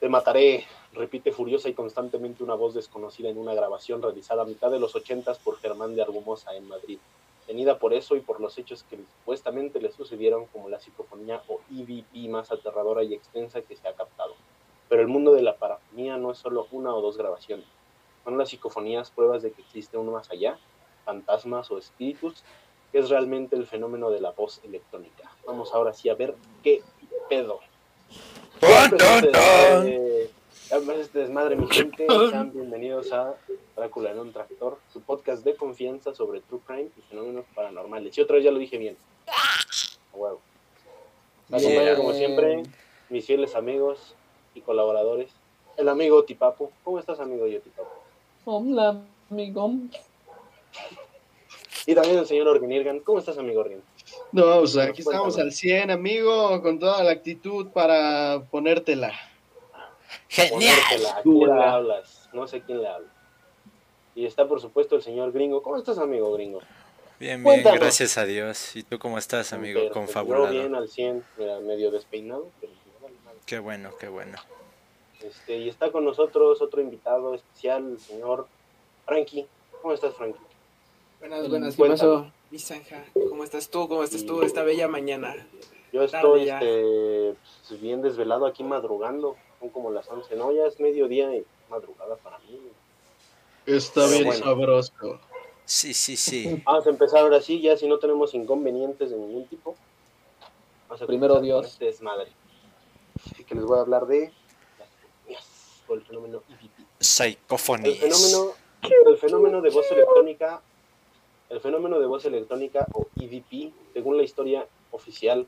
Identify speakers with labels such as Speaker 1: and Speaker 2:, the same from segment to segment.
Speaker 1: Zoe repite furiosa y constantemente una voz desconocida en una grabación realizada a mitad de los ochentas por Germán de Argumosa en Madrid, tenida por eso y por los hechos que supuestamente le sucedieron como la psicofonía o EVP más aterradora y extensa que se ha captado. Pero el mundo de la parafonía no es solo una o dos grabaciones. Son las psicofonías pruebas de que existe uno más allá, fantasmas o espíritus, que es realmente el fenómeno de la voz electrónica. Vamos ahora sí a ver qué pedo. Pues,
Speaker 2: eh,
Speaker 1: Este desmadre, mi gente. Sean bienvenidos a Drácula en un tractor, su podcast de confianza sobre true crime y fenómenos paranormales. Y otra vez ya lo dije bien. Huevo. Me acompaña,
Speaker 2: Yeah.
Speaker 1: como siempre, mis fieles amigos y colaboradores. El amigo Tipapo. ¿Cómo estás, amigo yo, Tipapo?
Speaker 3: Hola, amigo.
Speaker 1: Y también el señor Orgenirgan. ¿Cómo estás, amigo Orgen?
Speaker 2: No, o sea, aquí
Speaker 1: Cuéntame.
Speaker 2: estamos al 100, amigo, con toda la actitud para ponértela.
Speaker 1: Ponértela,
Speaker 4: Genial.
Speaker 1: ¿A quién le
Speaker 2: Dura.
Speaker 1: hablas? No sé quién le habla. Y está, por supuesto, el señor Gringo. ¿Cómo estás, amigo Gringo?
Speaker 4: Bien, bien,
Speaker 1: Cuéntanos.
Speaker 4: gracias a Dios. ¿Y tú cómo estás, amigo?
Speaker 1: Perfecto. Yo bien
Speaker 4: Confabulado.
Speaker 1: al 100, mira, medio despeinado, pero pues, vale, vale.
Speaker 4: Qué bueno, qué bueno.
Speaker 1: Este, y está con nosotros otro invitado especial, el señor Frankie. ¿Cómo estás, Frankie?
Speaker 5: Buenas, buenas, ¿qué
Speaker 1: Cuéntame.
Speaker 5: pasó? Mi zanja, ¿cómo estás tú? ¿Cómo estás tú esta bella mañana?
Speaker 1: Yo
Speaker 5: Tarde
Speaker 1: estoy
Speaker 5: ya.
Speaker 1: este, pues, bien desvelado aquí madrugando. Son como las 11, ¿no? Ya es mediodía y madrugada para mí.
Speaker 2: Está
Speaker 1: Sí,
Speaker 2: bien
Speaker 1: bueno.
Speaker 2: sabroso.
Speaker 4: Sí, sí, sí.
Speaker 1: Vamos a empezar ahora sí, ya si no tenemos inconvenientes de ningún tipo. Vamos a
Speaker 3: Primero
Speaker 1: comenzar con
Speaker 3: Dios.
Speaker 1: Este desmadre. Así que les voy a hablar de las economías, o el fenómeno EVP. El
Speaker 4: Psicofonías.
Speaker 1: fenómeno, el fenómeno de voz electrónica, el fenómeno de voz electrónica o EVP, según la historia oficial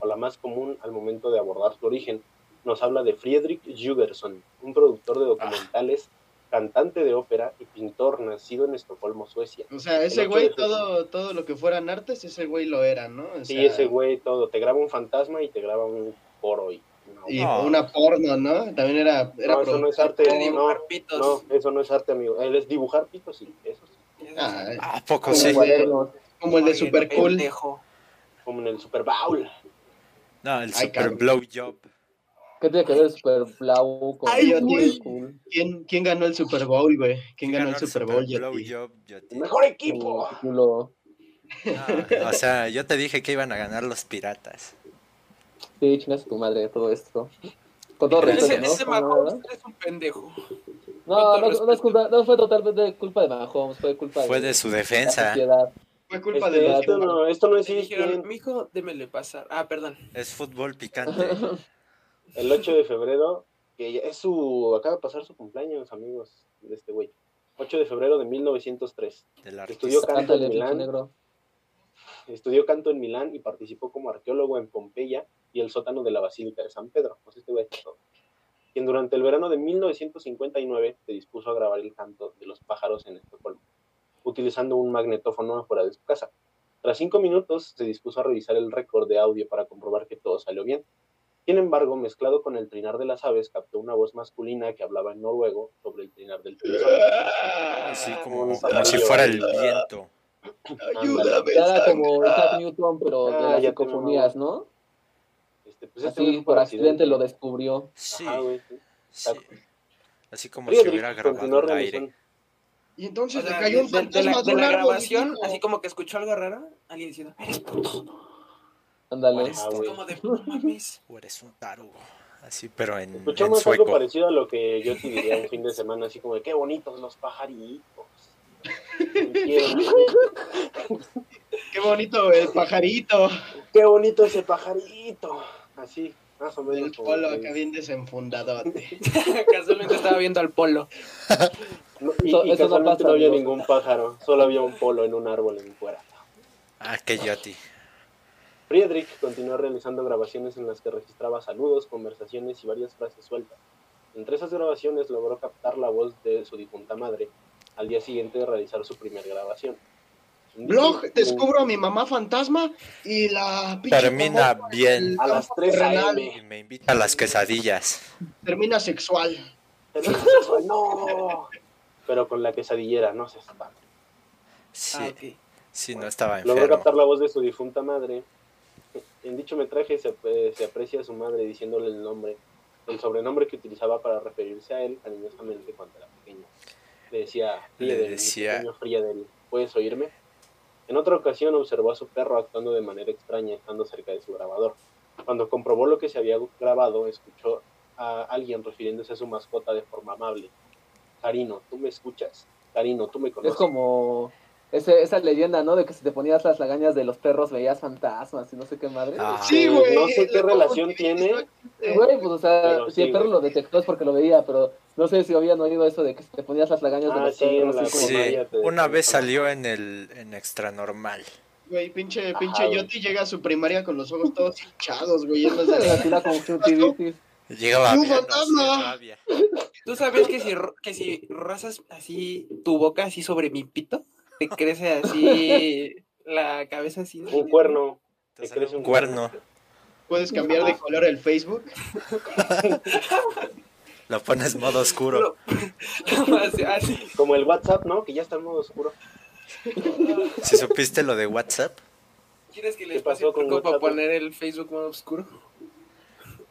Speaker 1: o la más común al momento de abordar su origen, nos habla de Friedrich Jugerson, un productor de documentales, cantante de ópera y pintor nacido en Estocolmo, Suecia.
Speaker 2: O sea,
Speaker 1: El
Speaker 2: ese
Speaker 1: ocho
Speaker 2: güey,
Speaker 1: de
Speaker 2: todo, todo lo que fueran artes, ese güey lo era, ¿no? O
Speaker 1: Sí,
Speaker 2: sea,
Speaker 1: ese güey todo, te graba un fantasma y te graba un coro y no,
Speaker 2: Y
Speaker 4: No.
Speaker 2: una porno, ¿no? También era, era
Speaker 1: no, eso no es
Speaker 2: productor.
Speaker 1: arte,
Speaker 5: Te digo,
Speaker 1: no, no,
Speaker 5: Carpitos.
Speaker 1: eso no es arte, amigo. Él es dibujar pitos, sí, eso sí.
Speaker 2: Ah, eh,
Speaker 4: ¿A poco
Speaker 2: Como
Speaker 4: sí?
Speaker 2: el de- como el de
Speaker 5: Oye,
Speaker 2: Super Cool.
Speaker 5: pendejo.
Speaker 1: Como en el Super Bowl.
Speaker 4: No, el
Speaker 2: Ay,
Speaker 4: super
Speaker 2: cabrón.
Speaker 4: blow job.
Speaker 3: ¿Qué tiene que ver el Super Blau con
Speaker 2: Ay,
Speaker 3: el
Speaker 2: güey.
Speaker 3: Super Cool?
Speaker 2: ¿Quién, quién ganó el Super Bowl, güey? ¿Quién ganó el Super Bowl,
Speaker 4: blow
Speaker 2: Yeti?
Speaker 4: job, Yeti?
Speaker 1: El mejor
Speaker 3: Con
Speaker 2: Mm.
Speaker 1: equipo.
Speaker 3: el culo.
Speaker 4: No, o sea, yo te dije que iban a ganar los piratas.
Speaker 3: Sí, chingas a tu madre, todo esto. Con todo
Speaker 4: Pero
Speaker 3: respeto,
Speaker 5: Ese,
Speaker 3: ¿no?
Speaker 5: ese
Speaker 3: No,
Speaker 5: Mahomes es un pendejo.
Speaker 3: No, no, no, no es culpa, no fue totalmente culpa de Mahomes, fue culpa
Speaker 4: Fue de su defensa.
Speaker 3: sociedad.
Speaker 2: Fue culpa
Speaker 1: Este,
Speaker 2: de los
Speaker 1: esto, no, esto no es
Speaker 5: Me dijeron,
Speaker 1: ESPN.
Speaker 5: mijo, démele pasar. Ah, perdón.
Speaker 4: Es fútbol picante.
Speaker 1: El 8 de febrero, que ya es su. Acaba de pasar su cumpleaños, amigos, de este güey. 8 de febrero de 1903.
Speaker 4: Del
Speaker 1: Estudió
Speaker 4: artista.
Speaker 1: canto
Speaker 3: Cántale,
Speaker 1: en
Speaker 3: pinche
Speaker 1: Milán,
Speaker 3: negro.
Speaker 1: estudió canto en Milán y participó como arqueólogo en Pompeya y el sótano de la Basílica de San Pedro. Pues este güey, ¿no? quien durante el verano de 1959 se dispuso a grabar el canto de los pájaros en Estocolmo, utilizando un magnetófono afuera de su casa. Tras cinco minutos se dispuso a revisar el récord de audio para comprobar que todo salió bien. Sin embargo, mezclado con el trinar de las aves, captó una voz masculina que hablaba en noruego sobre el trinar del trisol.
Speaker 5: Ah,
Speaker 2: Ah,
Speaker 4: Así como, como si fuera el viento.
Speaker 2: Ayúdame.
Speaker 3: Ya era
Speaker 2: sangre.
Speaker 3: como Isaac Newton, pero de
Speaker 1: Ah,
Speaker 3: las
Speaker 1: ya te
Speaker 3: psicofonías, ¿no?
Speaker 1: Este, pues este güey
Speaker 3: Así
Speaker 1: fue
Speaker 3: por accidente lo descubrió.
Speaker 4: Sí,
Speaker 2: Ah,
Speaker 1: Ajá, güey, sí.
Speaker 4: sí. Así como si
Speaker 1: Friedrich
Speaker 4: hubiera
Speaker 1: continuó
Speaker 4: grabado el aire.
Speaker 1: realizando-
Speaker 2: Y
Speaker 5: O
Speaker 2: entonces
Speaker 5: sea,
Speaker 2: le
Speaker 5: de,
Speaker 2: cayó un
Speaker 5: de- de
Speaker 2: fantasma
Speaker 5: la,
Speaker 2: de,
Speaker 5: de
Speaker 2: un
Speaker 5: la
Speaker 2: árbol,
Speaker 5: grabación,
Speaker 2: dijo.
Speaker 5: así como que escuchó algo raro, alguien diciendo, eres puto.
Speaker 3: Ándale.
Speaker 5: Eres
Speaker 1: Ah, güey.
Speaker 5: como de, no mames.
Speaker 4: O eres un tarugo. Así, pero en, en
Speaker 1: Escuchamos Pues algo
Speaker 4: sueco.
Speaker 1: parecido a lo que yo te diría un fin de semana, así como de qué bonitos los pajaritos. Me quieren.
Speaker 2: Qué bonito el pajarito.
Speaker 1: qué bonito ese pajarito. Así, más o
Speaker 2: El
Speaker 1: menos. como
Speaker 2: polo
Speaker 1: que-
Speaker 2: acá bien desenfundadote.
Speaker 5: Casualmente estaba viendo al polo.
Speaker 1: No, y,
Speaker 3: Eso-
Speaker 1: y
Speaker 3: eso no
Speaker 1: casualmente no,
Speaker 3: pasa,
Speaker 1: había
Speaker 3: amigos.
Speaker 1: ningún pájaro, solo había un polo en un árbol en fuera.
Speaker 4: Ah, que Yoti.
Speaker 1: Friedrich continuó realizando grabaciones en las que registraba saludos, conversaciones y varias frases sueltas. Entre esas grabaciones logró captar la voz de su difunta madre al día siguiente de realizar su primera grabación.
Speaker 2: Blog, descubro a mi mamá fantasma y la pinche
Speaker 4: Termina
Speaker 2: mamá
Speaker 4: bien.
Speaker 1: A las 3
Speaker 4: Y
Speaker 1: a.m.
Speaker 4: me invita a las quesadillas.
Speaker 2: termina sexual.
Speaker 1: Tenemos sexo, ¡No! Pero con la quesadillera, no se espanta.
Speaker 4: Sí,
Speaker 5: Ah, ok.
Speaker 4: sí, no estaba
Speaker 1: Logró
Speaker 4: enfermo.
Speaker 1: captar la voz de su difunta madre. En dicho metraje se, eh, se aprecia a su madre diciéndole el nombre el sobrenombre que utilizaba para referirse a él cariñosamente cuando era pequeño. Le decía,
Speaker 4: Le
Speaker 1: Friedel, mi
Speaker 4: decía-
Speaker 1: pequeño Friedel, ¿puedes oírme? En otra ocasión observó a su perro actuando de manera extraña estando cerca de su grabador. Cuando comprobó lo que se había grabado, escuchó a alguien refiriéndose a su mascota de forma amable. Karino, tú me escuchas. Karino, tú me
Speaker 3: Es
Speaker 1: conoces.
Speaker 3: como ese- esa leyenda, ¿no? De que si te ponías las lagañas de los perros veías fantasmas y no sé qué madre.
Speaker 4: Ah,
Speaker 2: Sí, güey.
Speaker 1: No sé qué
Speaker 2: la-
Speaker 1: relación tiene.
Speaker 2: Eh,
Speaker 3: Güey, pues o sea,
Speaker 1: Pero
Speaker 3: si el
Speaker 1: sí,
Speaker 3: perro
Speaker 1: güey.
Speaker 3: lo detectó es porque lo veía, pero no sé si habían oído eso de que si te ponías las lagañas de
Speaker 1: Ah,
Speaker 3: los
Speaker 1: sí,
Speaker 3: perros.
Speaker 1: en la-
Speaker 3: así como-
Speaker 1: Sí. María te-
Speaker 4: una
Speaker 1: te-
Speaker 4: vez salió en el en extra normal.
Speaker 2: Güey, pinche,
Speaker 1: Ajá,
Speaker 2: pinche
Speaker 1: Ah, güey.
Speaker 2: Yoti llega a su primaria con los ojos todos hinchados, güey. llenos de-
Speaker 3: Así la conjuntivitis.
Speaker 4: Llegaba
Speaker 2: ¡Y un
Speaker 4: bien, así,
Speaker 2: fantasma!
Speaker 4: rabia.
Speaker 5: ¿Tú sabes que si, ro- que si rozas así tu boca así sobre mi pito, te crece así la cabeza así? ¿no?
Speaker 1: Un cuerno.
Speaker 4: Te
Speaker 1: Te
Speaker 4: sale
Speaker 1: crece
Speaker 4: un
Speaker 1: un
Speaker 4: cuerno.
Speaker 2: Puedes cambiar
Speaker 1: Ah.
Speaker 2: de color el Facebook.
Speaker 4: Lo pones modo oscuro.
Speaker 5: Lo- lo hace así.
Speaker 1: Como el WhatsApp, ¿no? Que ya está en modo oscuro.
Speaker 4: Si supiste lo de WhatsApp,
Speaker 5: ¿Quieres que
Speaker 1: ¿Qué
Speaker 5: les pase
Speaker 1: pasó
Speaker 5: un
Speaker 1: con
Speaker 5: truco para
Speaker 1: WhatsApp?
Speaker 5: poner el Facebook modo oscuro?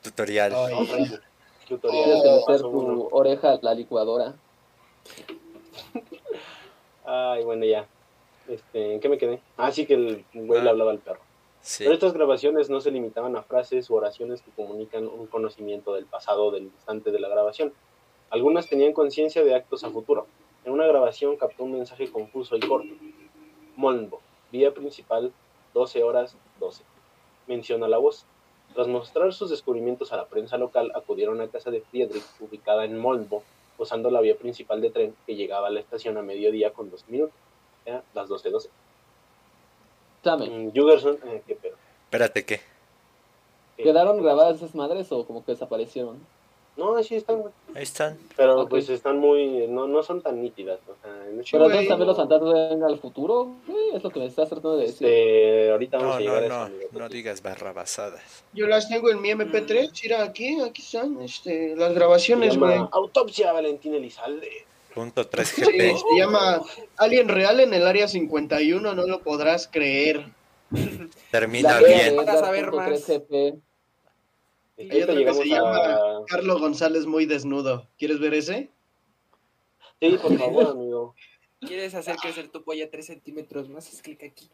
Speaker 4: tutorial.
Speaker 2: Ay.
Speaker 1: No, tranqui. Tutorial.
Speaker 3: Tienes que
Speaker 1: te
Speaker 3: meter
Speaker 1: paso uno.
Speaker 3: tu oreja a la licuadora.
Speaker 1: Ay, bueno, ya. Este, ¿En qué me quedé? Ah, sí que el güey le hablaba al perro.
Speaker 4: Sí.
Speaker 1: Pero estas grabaciones no se limitaban a frases o oraciones que comunican un conocimiento del pasado del instante de la grabación. Algunas tenían conciencia de actos a futuro. En una grabación captó un mensaje confuso y corto. Molnbo, vía principal, 12 horas 12. Menciona la voz. Tras mostrar sus descubrimientos a la prensa local, acudieron a casa de Friedrich, ubicada en Molnbo, usando la vía principal de tren que llegaba a la estación a mediodía con dos minutos. Era las 12.12.
Speaker 3: Chame,
Speaker 1: Mm, Jugerson, eh, qué pedo.
Speaker 4: Espérate, ¿qué?
Speaker 1: Eh,
Speaker 3: ¿quedaron grabadas esas madres o como que desaparecieron?
Speaker 1: No, así están, güey.
Speaker 4: Ahí están.
Speaker 1: Pero
Speaker 3: Ok.
Speaker 1: pues están muy. No, no son tan nítidas. O sea, en
Speaker 3: Pero
Speaker 1: hecho,
Speaker 2: güey,
Speaker 3: entonces también los
Speaker 1: no.
Speaker 3: fantasmas ven al futuro, güey, es lo que me estás tratando de decir.
Speaker 1: Este, ahorita vamos
Speaker 4: No,
Speaker 1: a
Speaker 4: no,
Speaker 1: llegar a
Speaker 4: no.
Speaker 1: eso. amigo.
Speaker 4: No digas barrabasadas.
Speaker 2: Yo las tengo en mi MP3. Mira, aquí, aquí están este, las grabaciones,
Speaker 1: Mm. Se
Speaker 2: güey.
Speaker 1: llama Autopsia a Valentín Elizalde.
Speaker 4: Punto 3
Speaker 2: Sí,
Speaker 4: GP.
Speaker 2: se llama Alien Real en el área 51, no lo podrás creer.
Speaker 4: Termina
Speaker 5: La-
Speaker 4: bien.
Speaker 5: Para saber más.
Speaker 3: 3GP.
Speaker 1: Y
Speaker 2: Hay
Speaker 1: ahorita
Speaker 2: otro que
Speaker 1: llegamos
Speaker 2: se
Speaker 1: a.
Speaker 2: llama Carlos González muy desnudo. ¿Quieres ver ese?
Speaker 1: Sí, por favor, amigo.
Speaker 5: ¿Quieres hacer crecer tu polla 3 centímetros más? Haz clic aquí.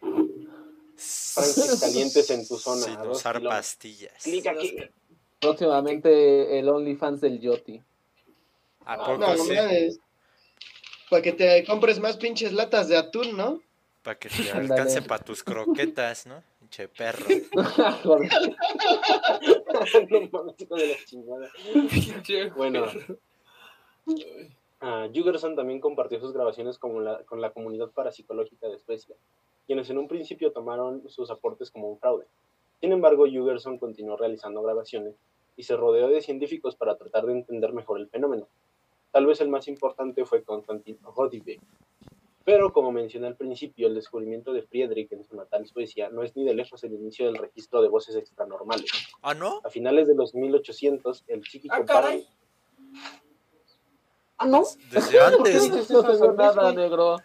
Speaker 1: Frankies calientes en tu zona, a
Speaker 4: Sin
Speaker 1: dos
Speaker 4: usar
Speaker 1: kilómetros.
Speaker 4: pastillas.
Speaker 1: Clic aquí.
Speaker 3: Próximamente el OnlyFans del Yoti.
Speaker 4: ¿A
Speaker 1: No,
Speaker 4: poco
Speaker 2: No, no
Speaker 4: sí?
Speaker 2: mames. Para que te compres más pinches latas de atún, ¿no?
Speaker 4: Para que te
Speaker 3: Ándale.
Speaker 4: alcance para tus croquetas, ¿no? Che perro.
Speaker 3: Joder.
Speaker 1: No mames, hijo de la chingada. Bueno. Ah, Jugerson también compartió sus grabaciones con la, con la comunidad parapsicológica de Suecia, quienes en un principio tomaron sus aportes como un fraude. Sin embargo, Jugerson continuó realizando grabaciones y se rodeó de científicos para tratar de entender mejor el fenómeno. Tal vez el más importante fue Konstantin Rodibeck. Pero, como mencioné al principio, el descubrimiento de Friedrich en su natal Suecia no es ni de lejos el inicio del registro de voces extranormales.
Speaker 4: ¿Ah, no?
Speaker 1: A finales de los 1800, el psíquico
Speaker 5: ¡Ah, caray!
Speaker 3: Ah, no.
Speaker 4: Desde antes.
Speaker 3: No se ve nada, negro.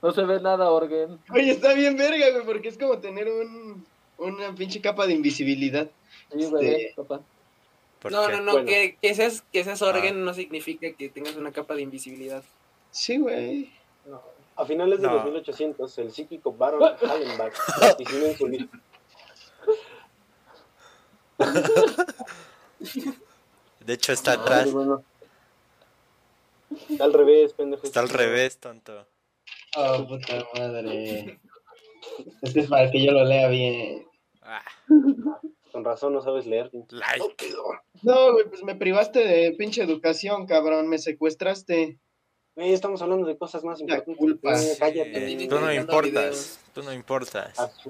Speaker 3: No se ve nada, Orgen.
Speaker 2: Oye, está bien verga, güey, porque es como tener un, una pinche capa de invisibilidad.
Speaker 3: Sí, güey, papá.
Speaker 4: ¿Por
Speaker 5: No,
Speaker 4: qué?
Speaker 5: no, no,
Speaker 1: Bueno.
Speaker 5: que, que seas, que seas Orgen
Speaker 4: Ah.
Speaker 5: no significa que tengas una capa de invisibilidad.
Speaker 2: Sí, güey.
Speaker 1: A finales de
Speaker 4: No.
Speaker 1: los 1800, el psíquico Baron Hallenbach diseñó en su li-
Speaker 4: De hecho, está atrás.
Speaker 3: Ay, bueno.
Speaker 1: Está al revés, pendejo.
Speaker 4: Está al revés, tonto.
Speaker 2: Oh, puta madre. Es que es para que yo lo lea bien.
Speaker 4: Ah,
Speaker 1: Con razón no sabes leer. pinche
Speaker 4: like.
Speaker 1: estúpido.
Speaker 2: No, güey, pues me privaste de pinche educación, cabrón. Me secuestraste.
Speaker 1: Güey, estamos hablando de cosas más
Speaker 2: La
Speaker 1: importantes.
Speaker 2: culpa.
Speaker 1: Güey, cállate.
Speaker 4: Sí,
Speaker 5: Estoy
Speaker 4: Tú no
Speaker 5: intentando
Speaker 4: importas.
Speaker 5: videos.
Speaker 4: Tú no importas.
Speaker 1: Ah, Pon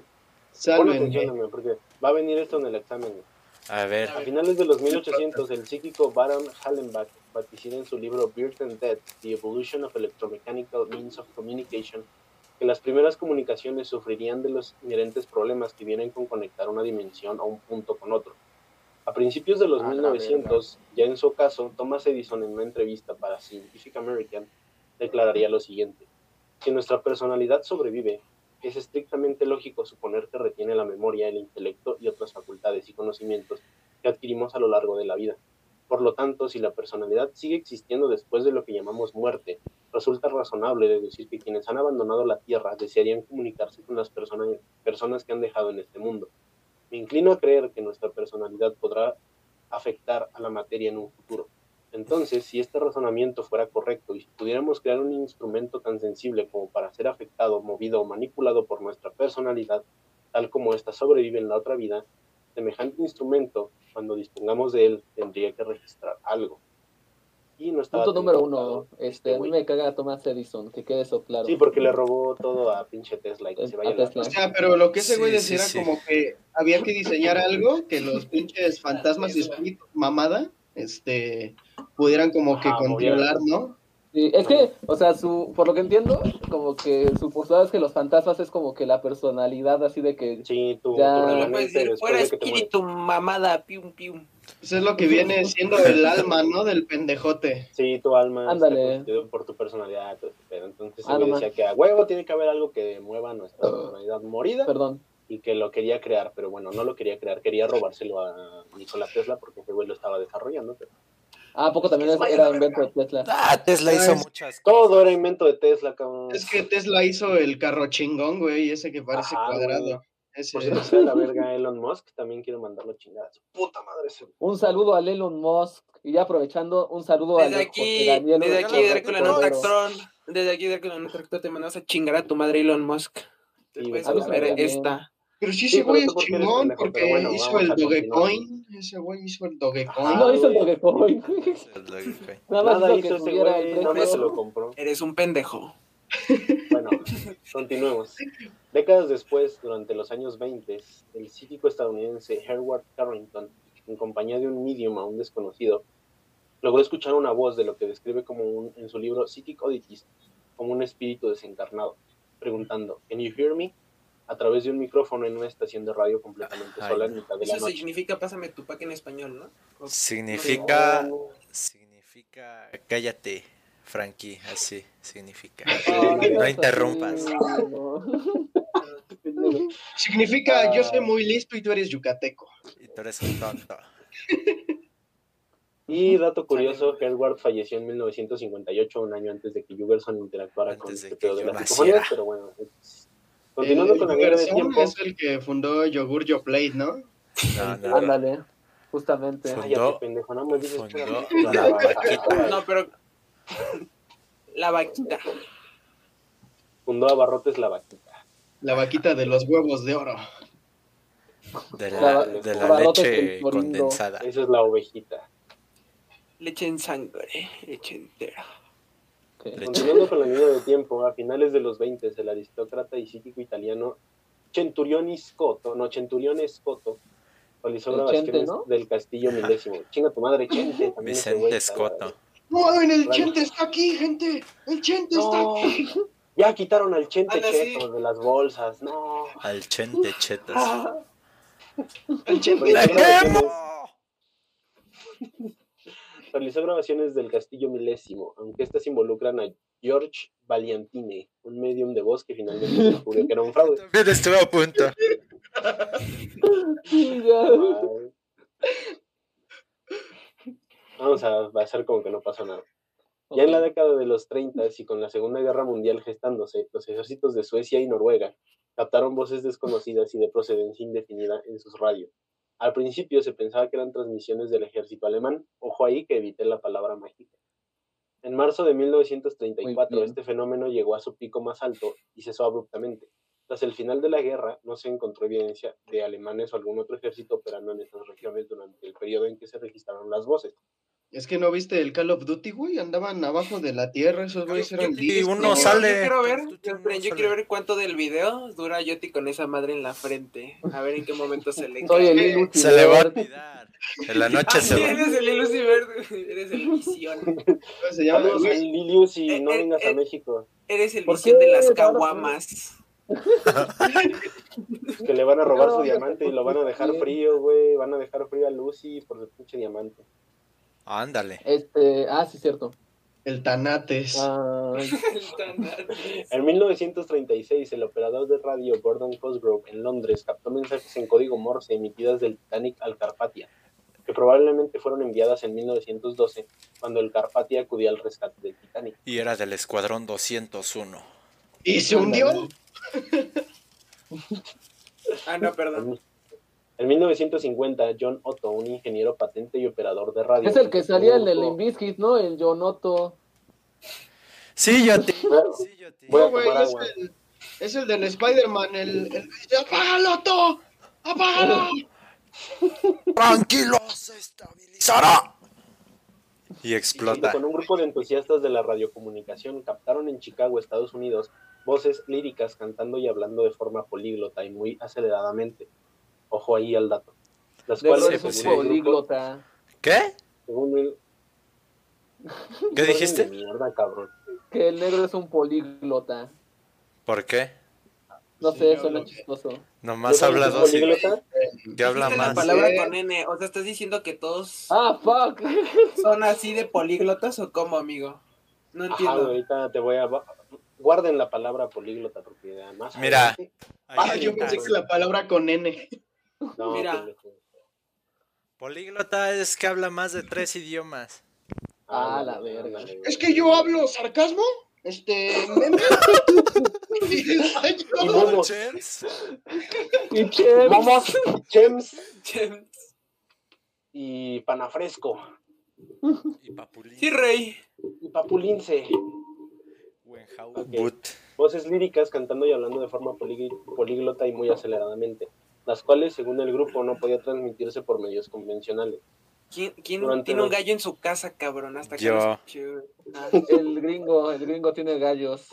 Speaker 1: atención,
Speaker 2: Sálvenme.
Speaker 1: amigo, porque va a venir esto en el examen. güey.
Speaker 4: A
Speaker 1: A
Speaker 4: ver.
Speaker 1: finales de los 1800, el psíquico Baron Hallenbach vaticina en su libro Birth and Death, The Evolution of Electromechanical Means of Communication, que las primeras comunicaciones sufrirían de los inherentes problemas que vienen con conectar una dimensión o un punto con otro. A principios de los
Speaker 3: A la
Speaker 1: 1900, ya en su caso, Thomas Edison en una entrevista para Scientific American declararía lo siguiente. Si nuestra personalidad sobrevive, es estrictamente lógico suponer que retiene la memoria, el intelecto y otras facultades y conocimientos que adquirimos a lo largo de la vida. Por lo tanto, si la personalidad sigue existiendo después de lo que llamamos muerte, resulta razonable deducir que quienes han abandonado la Tierra desearían comunicarse con las personas, personas que han dejado en este mundo. Me inclino a creer que nuestra personalidad podrá afectar a la materia en un futuro. Entonces, si este razonamiento fuera correcto y si pudiéramos crear un instrumento tan sensible como para ser afectado, movido o manipulado por nuestra personalidad, tal como ésta sobrevive en la otra vida, semejante instrumento, cuando dispongamos de él, tendría que registrar algo. Y no estaba
Speaker 3: Punto
Speaker 1: tan
Speaker 3: número
Speaker 1: equivocado
Speaker 3: uno, este, a mí
Speaker 1: güey.
Speaker 3: me caga Thomas Edison, que quede eso claro.
Speaker 1: Sí, porque le robó todo a pinche Tesla y que
Speaker 3: Eh,
Speaker 1: se vaya
Speaker 3: a
Speaker 1: a la-
Speaker 3: Tesla.
Speaker 2: O sea, pero lo que ese
Speaker 4: Sí,
Speaker 2: güey
Speaker 4: sí,
Speaker 2: decía era
Speaker 4: sí.
Speaker 2: como que había que diseñar algo que los pinches fantasmas y espíritus mamada, este, pudieran como que
Speaker 1: Ajá,
Speaker 2: controlar, ¿no?
Speaker 3: Sí, es que, o sea, su, por lo que entiendo, como que su postura es que los fantasmas es como que la personalidad así de que
Speaker 1: Sí, tú,
Speaker 3: Ya.
Speaker 1: tú
Speaker 3: No
Speaker 5: No
Speaker 1: realmente
Speaker 5: puedes decir,
Speaker 1: Ah, después
Speaker 5: fuera
Speaker 1: de que te mueres.
Speaker 5: espíritu, mamada, pium, pium.
Speaker 2: Pues es lo que viene siendo el alma, ¿no? Del pendejote.
Speaker 1: Sí, tu alma
Speaker 3: Ándale.
Speaker 1: está constituido por tu personalidad. todo ese pedo. Entonces,
Speaker 3: Ah,
Speaker 1: él
Speaker 3: no Ah.
Speaker 1: decía que a huevo tiene que haber algo que mueva nuestra personalidad morida
Speaker 3: Perdón.
Speaker 1: y que lo quería crear, pero bueno, no lo quería crear, quería robárselo a Nikola Tesla porque ese güey lo estaba desarrollando. pero-
Speaker 3: Ah, ¿a poco también
Speaker 5: Es que
Speaker 3: era
Speaker 5: es
Speaker 3: invento de Tesla?
Speaker 4: Ah, Tesla hizo
Speaker 2: Ah, es-
Speaker 4: muchas
Speaker 1: Todo era invento de Tesla, cabrón.
Speaker 2: Es que Tesla hizo el carro chingón, güey, ese que parece
Speaker 1: Ajá,
Speaker 2: cuadrado.
Speaker 1: Pues Ah, güey.
Speaker 2: Ese,
Speaker 1: Por si no sea la verga Elon Musk, también quiero mandarlo chingadas. Puta madre, ese güey.
Speaker 3: Un saludo a Elon Musk. Y ya aprovechando, un saludo a
Speaker 5: Desde
Speaker 3: José
Speaker 5: aquí,
Speaker 3: Daniel
Speaker 5: desde
Speaker 4: Orozco
Speaker 5: aquí,
Speaker 3: Orozco
Speaker 5: Drácula en
Speaker 4: Cordero.
Speaker 5: un
Speaker 3: Cordero.
Speaker 5: tractor. Desde aquí, Drácula en un tractor, te mandas a chingar a tu madre Elon Musk. Te
Speaker 1: Sí,
Speaker 5: puedes
Speaker 1: vete
Speaker 3: a la
Speaker 5: comer
Speaker 3: verga.
Speaker 5: esta.
Speaker 2: Pero sí,
Speaker 1: Sí,
Speaker 2: ese güey
Speaker 1: pero
Speaker 2: es
Speaker 1: tú porque eres
Speaker 2: chingón
Speaker 1: pendejo,
Speaker 2: porque
Speaker 1: pero bueno,
Speaker 2: hizo
Speaker 1: vamos
Speaker 2: el
Speaker 1: a continuar. Ah.
Speaker 2: Dogecoin. Ese güey hizo el Dogecoin.
Speaker 1: Ajá,
Speaker 3: No hizo el
Speaker 1: güey.
Speaker 3: Dogecoin. Nada más
Speaker 1: Nada
Speaker 3: hizo que
Speaker 1: hizo ese
Speaker 3: subiera el
Speaker 1: güey, nada más se
Speaker 3: precio.
Speaker 1: lo compró.
Speaker 5: Eres un pendejo.
Speaker 1: Bueno, continuemos. Décadas después, durante los años 20, el psíquico estadounidense Herward Carrington, en compañía de un medium aún desconocido, logró escuchar una voz de lo que describe como un, en su libro Psychic Oddities, como un espíritu desencarnado, preguntando, ¿Can you hear me? a través de un micrófono en una estación de radio completamente
Speaker 4: Ay,
Speaker 1: sola en
Speaker 4: no.
Speaker 1: mitad de la
Speaker 5: Eso
Speaker 1: noche.
Speaker 5: significa pásame tu pack en español, ¿no? O-
Speaker 4: Significa,
Speaker 1: Oh,
Speaker 4: significa, cállate, Frankie, así significa.
Speaker 3: Ah,
Speaker 4: No
Speaker 3: sí,
Speaker 4: interrumpas.
Speaker 3: no.
Speaker 2: Significa, yo soy
Speaker 1: Ah.
Speaker 2: muy listo y tú eres yucateco.
Speaker 4: Y tú eres un tonto.
Speaker 1: Y dato curioso, Herward falleció en 1958, un año antes de que Jugerson interactuara
Speaker 4: Antes
Speaker 1: con
Speaker 4: de
Speaker 1: este
Speaker 4: que
Speaker 1: pedo de
Speaker 4: yo
Speaker 1: las
Speaker 4: naciera.
Speaker 1: psicofonías, pero bueno. es- Continuando
Speaker 3: Eh,
Speaker 2: El
Speaker 1: con la guerra de
Speaker 2: Yugerson
Speaker 1: tiempo.
Speaker 2: Es el que fundó Yogur Yo Plate, ¿no?
Speaker 4: No, no, no.
Speaker 3: Ándale, justamente.
Speaker 4: Fue-
Speaker 1: Cállate,
Speaker 4: Fundó-
Speaker 1: pendejo, no me dices
Speaker 4: fundó
Speaker 1: pura
Speaker 4: la
Speaker 1: mierda.
Speaker 4: vaquita.
Speaker 5: No, pero. La vaquita.
Speaker 1: Fundó a Barrotes la vaquita.
Speaker 2: La vaquita de los huevos de oro.
Speaker 4: De la, de la
Speaker 3: Barrotes
Speaker 4: leche
Speaker 3: con Florindo.
Speaker 4: condensada.
Speaker 1: Esa es la ovejita.
Speaker 5: Leche en sangre, leche entera.
Speaker 3: Ok.
Speaker 1: Continuando con la línea de tiempo, a finales de los 20, el aristócrata y psíquico italiano Centurione Scotto, no, Centurione Scotto, realizó
Speaker 3: El
Speaker 1: grabaciones
Speaker 3: Chente, ¿no?
Speaker 1: del Castillo Milésimo. Chinga tu madre, Chente. también ese güey
Speaker 4: Vicente
Speaker 1: está-
Speaker 4: Scotto.
Speaker 2: ¡No, el
Speaker 1: Claro.
Speaker 2: chente está aquí, gente! ¡El chente
Speaker 5: No,
Speaker 2: está aquí!
Speaker 1: Ya quitaron al Chente
Speaker 5: Anda, sí.
Speaker 1: Cheto de las bolsas, no.
Speaker 4: Al chente chetos.
Speaker 2: ¡El chente
Speaker 1: Pues,
Speaker 4: ¡La
Speaker 2: está aquí!
Speaker 4: quemo!
Speaker 1: Realizó grabaciones del Castillo Milésimo, aunque estas involucran a George Valiantine, un medium de voz que finalmente se descubrió que era un fraude.
Speaker 4: Bien, estuve a punto.
Speaker 3: Sí, ya.
Speaker 1: Ay. Vamos a, va a hacer como que no pasó nada. Ya en la década de los 30 y con la Segunda Guerra Mundial gestándose, los ejércitos de Suecia y Noruega captaron voces desconocidas y de procedencia indefinida en sus radios. Al principio se pensaba que eran transmisiones del ejército alemán, ojo ahí que evité la palabra mágica. En marzo de
Speaker 3: Muy
Speaker 1: 1934
Speaker 3: bien.
Speaker 1: este fenómeno llegó a su pico más alto y cesó abruptamente. Tras el final de la guerra no se encontró evidencia de alemanes o algún otro ejército operando en esas regiones durante el periodo en que se registraron las voces.
Speaker 2: Es que no viste el Call of Duty, güey. Andaban abajo de la tierra, esos güeyes eran
Speaker 4: Y
Speaker 2: listos.
Speaker 4: uno
Speaker 5: yo- Yo
Speaker 4: sale.
Speaker 5: quiero ver,
Speaker 4: Tú
Speaker 5: yo,
Speaker 4: tienes uno
Speaker 5: yo
Speaker 4: sale.
Speaker 5: quiero ver cuánto del video dura Yoti con esa madre en la frente. A ver en qué momento se le
Speaker 3: Soy el
Speaker 5: cae.
Speaker 3: inútil.
Speaker 4: Se le va a olvidar. En la
Speaker 5: Ah,
Speaker 4: noche
Speaker 5: sí,
Speaker 4: se va.
Speaker 5: eres el Illusiver, eres el visión.
Speaker 2: Se llama,
Speaker 1: Saludos a
Speaker 2: güey,
Speaker 1: Lilius y
Speaker 5: Eh,
Speaker 1: no
Speaker 5: eh,
Speaker 1: vengas
Speaker 5: eh.
Speaker 1: a México,
Speaker 5: Eres el
Speaker 3: ¿Por
Speaker 5: visión
Speaker 3: qué?
Speaker 5: de las
Speaker 3: Ahora,
Speaker 5: caguamas.
Speaker 1: que le van a robar
Speaker 3: No,
Speaker 1: su
Speaker 3: no,
Speaker 1: diamante y lo van a dejar
Speaker 3: bien.
Speaker 1: frío, güey, van a dejar frío a Lucy por su pinche diamante.
Speaker 4: Ándale.
Speaker 3: Este, ah, sí, cierto. Ah,
Speaker 2: el Tanates.
Speaker 1: Ah.
Speaker 3: Ay,
Speaker 1: En 1936, el operador de radio Gordon Cosgrove en Londres captó mensajes en código Morse emitidas del Titanic al Carpatia. que probablemente fueron enviadas en 1912 cuando el Carpathia acudía al rescate del Titanic.
Speaker 4: Y era del Escuadrón 201.
Speaker 2: ¿Y se hundió?
Speaker 5: Ah, no, perdón.
Speaker 1: En 1950, John Otto, un ingeniero patente y operador de radio.
Speaker 3: Es el que salía en el
Speaker 1: publicó-
Speaker 3: Limbiskit, ¿no? El Yonoto.
Speaker 4: Sí, yo te.
Speaker 1: Claro.
Speaker 4: Sí, yo te.
Speaker 1: Voy a
Speaker 2: No, güey,
Speaker 1: tomar
Speaker 2: es
Speaker 1: agua.
Speaker 2: el, es el de Spider-Man, el, el... ¡Apágalo, Otto! ¡Apágalo!
Speaker 4: Tranquilo, se estabilizará. Y
Speaker 1: Y junto
Speaker 4: explota.
Speaker 1: con un grupo de entusiastas de la radiocomunicación captaron en Chicago, Estados Unidos, voces líricas cantando y hablando de forma políglota y muy aceleradamente. Ojo ahí al dato. Las
Speaker 3: De
Speaker 1: cuales,
Speaker 3: verdad
Speaker 4: Sí,
Speaker 3: es un
Speaker 4: pues sí.
Speaker 1: según el grupo-
Speaker 3: políglota.
Speaker 4: ¿Qué?
Speaker 1: según el-
Speaker 4: ¿Qué
Speaker 1: Orden de
Speaker 4: dijiste?
Speaker 1: Mierda, cabrón.
Speaker 3: Que el negro es un políglota.
Speaker 4: ¿Por qué?
Speaker 3: No
Speaker 2: Sí,
Speaker 3: sé,
Speaker 2: yo
Speaker 3: suena
Speaker 2: lo-
Speaker 3: chistoso.
Speaker 4: Nomás
Speaker 1: Yo
Speaker 4: habla
Speaker 1: soy
Speaker 4: dos y
Speaker 1: políglota,
Speaker 4: te habla
Speaker 5: Dijiste la
Speaker 4: más.
Speaker 5: palabra
Speaker 2: Sí.
Speaker 5: con N, o sea, ¿estás diciendo que todos
Speaker 3: ¡Ah, fuck!
Speaker 5: son así de políglotas o cómo, amigo? No
Speaker 1: Ajá,
Speaker 5: entiendo.
Speaker 1: ahorita te voy a... Guarden la palabra políglota porque además...
Speaker 4: Mira.
Speaker 2: Ah, yo pensé que la palabra con N.
Speaker 1: No,
Speaker 5: Mira.
Speaker 1: pendejo.
Speaker 4: Políglota es que habla más de tres idiomas.
Speaker 3: Ah, la
Speaker 1: ándale,
Speaker 3: verga.
Speaker 1: ándale, güey.
Speaker 2: Es que yo hablo sarcasmo, este... meme. Y
Speaker 1: Y
Speaker 2: ensayo.
Speaker 1: momos,
Speaker 4: Chens.
Speaker 3: Y Chems.
Speaker 1: momos, chems
Speaker 5: Chems.
Speaker 1: y panafresco
Speaker 4: Y papulín.
Speaker 5: Sí, rey.
Speaker 1: y papulince.
Speaker 4: Wenhau.
Speaker 1: Ok.
Speaker 4: But.
Speaker 1: voces líricas cantando y hablando de forma polí- políglota y muy aceleradamente, las cuales, según el grupo, no podía transmitirse por medios convencionales.
Speaker 5: ¿Quién, quién
Speaker 1: Durante
Speaker 5: tiene un
Speaker 1: los-
Speaker 5: gallo en su casa, cabrón? Hasta que
Speaker 4: Yo.
Speaker 5: no escuché. Ah,
Speaker 3: El gringo, el gringo tiene gallos.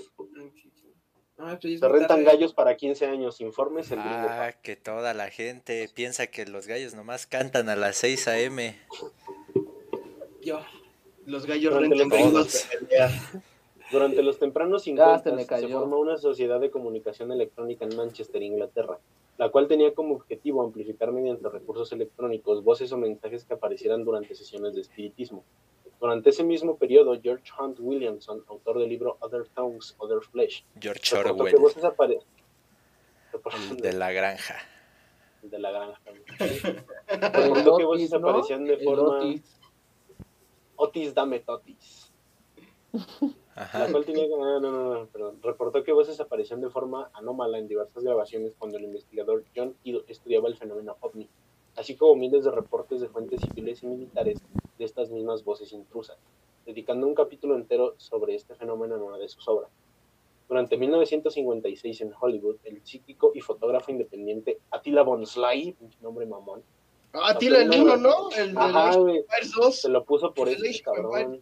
Speaker 5: no, pues, es
Speaker 1: Se
Speaker 5: muy
Speaker 1: rentan
Speaker 5: tarde.
Speaker 1: gallos para 15 años, informes el gringo.
Speaker 4: Ah, que toda la gente piensa que los gallos nomás cantan a las 6 a.m.
Speaker 5: Yo.
Speaker 2: Los gallos
Speaker 1: Durante
Speaker 2: rentan
Speaker 1: los
Speaker 2: gallos para pelear.
Speaker 1: Durante los tempranos
Speaker 3: Ya se
Speaker 1: 50
Speaker 3: me
Speaker 1: se,
Speaker 3: cayó.
Speaker 1: formó una sociedad de comunicación electrónica en Manchester, Inglaterra, la cual tenía como objetivo amplificar mediante recursos electrónicos voces o mensajes que aparecieran durante sesiones de espiritismo. Durante ese mismo periodo, George Hunt Williamson, autor del libro Other Tongues, Other Flesh,
Speaker 4: George
Speaker 1: reportó que
Speaker 4: Orwell,
Speaker 1: voces apare-
Speaker 4: el Mm, de la granja.
Speaker 1: de la granja.
Speaker 3: El
Speaker 1: Reportó que voces
Speaker 3: Otis, ¿no?
Speaker 1: aparecían de
Speaker 3: El
Speaker 1: forma Otis.
Speaker 3: Otis.
Speaker 1: dame totis. La
Speaker 4: Ajá.
Speaker 1: cual tenía que- No, no, no, no, perdón. Reportó que voces aparecían de forma anómala en diversas grabaciones cuando el investigador John Keel estudiaba el fenómeno ovni, así como miles de reportes de fuentes civiles y militares de estas mismas voces intrusas, dedicando un capítulo entero sobre este fenómeno en una de sus obras. Durante 1956 en Hollywood, el psíquico y fotógrafo independiente Attila Bonslai, nombre mamón,
Speaker 2: Ah, tira el uno, ¿no? El de
Speaker 1: ajá,
Speaker 2: los
Speaker 1: güey,
Speaker 2: versos.
Speaker 1: se lo puso por
Speaker 2: El
Speaker 1: este
Speaker 2: Pues Age of
Speaker 1: cabrón.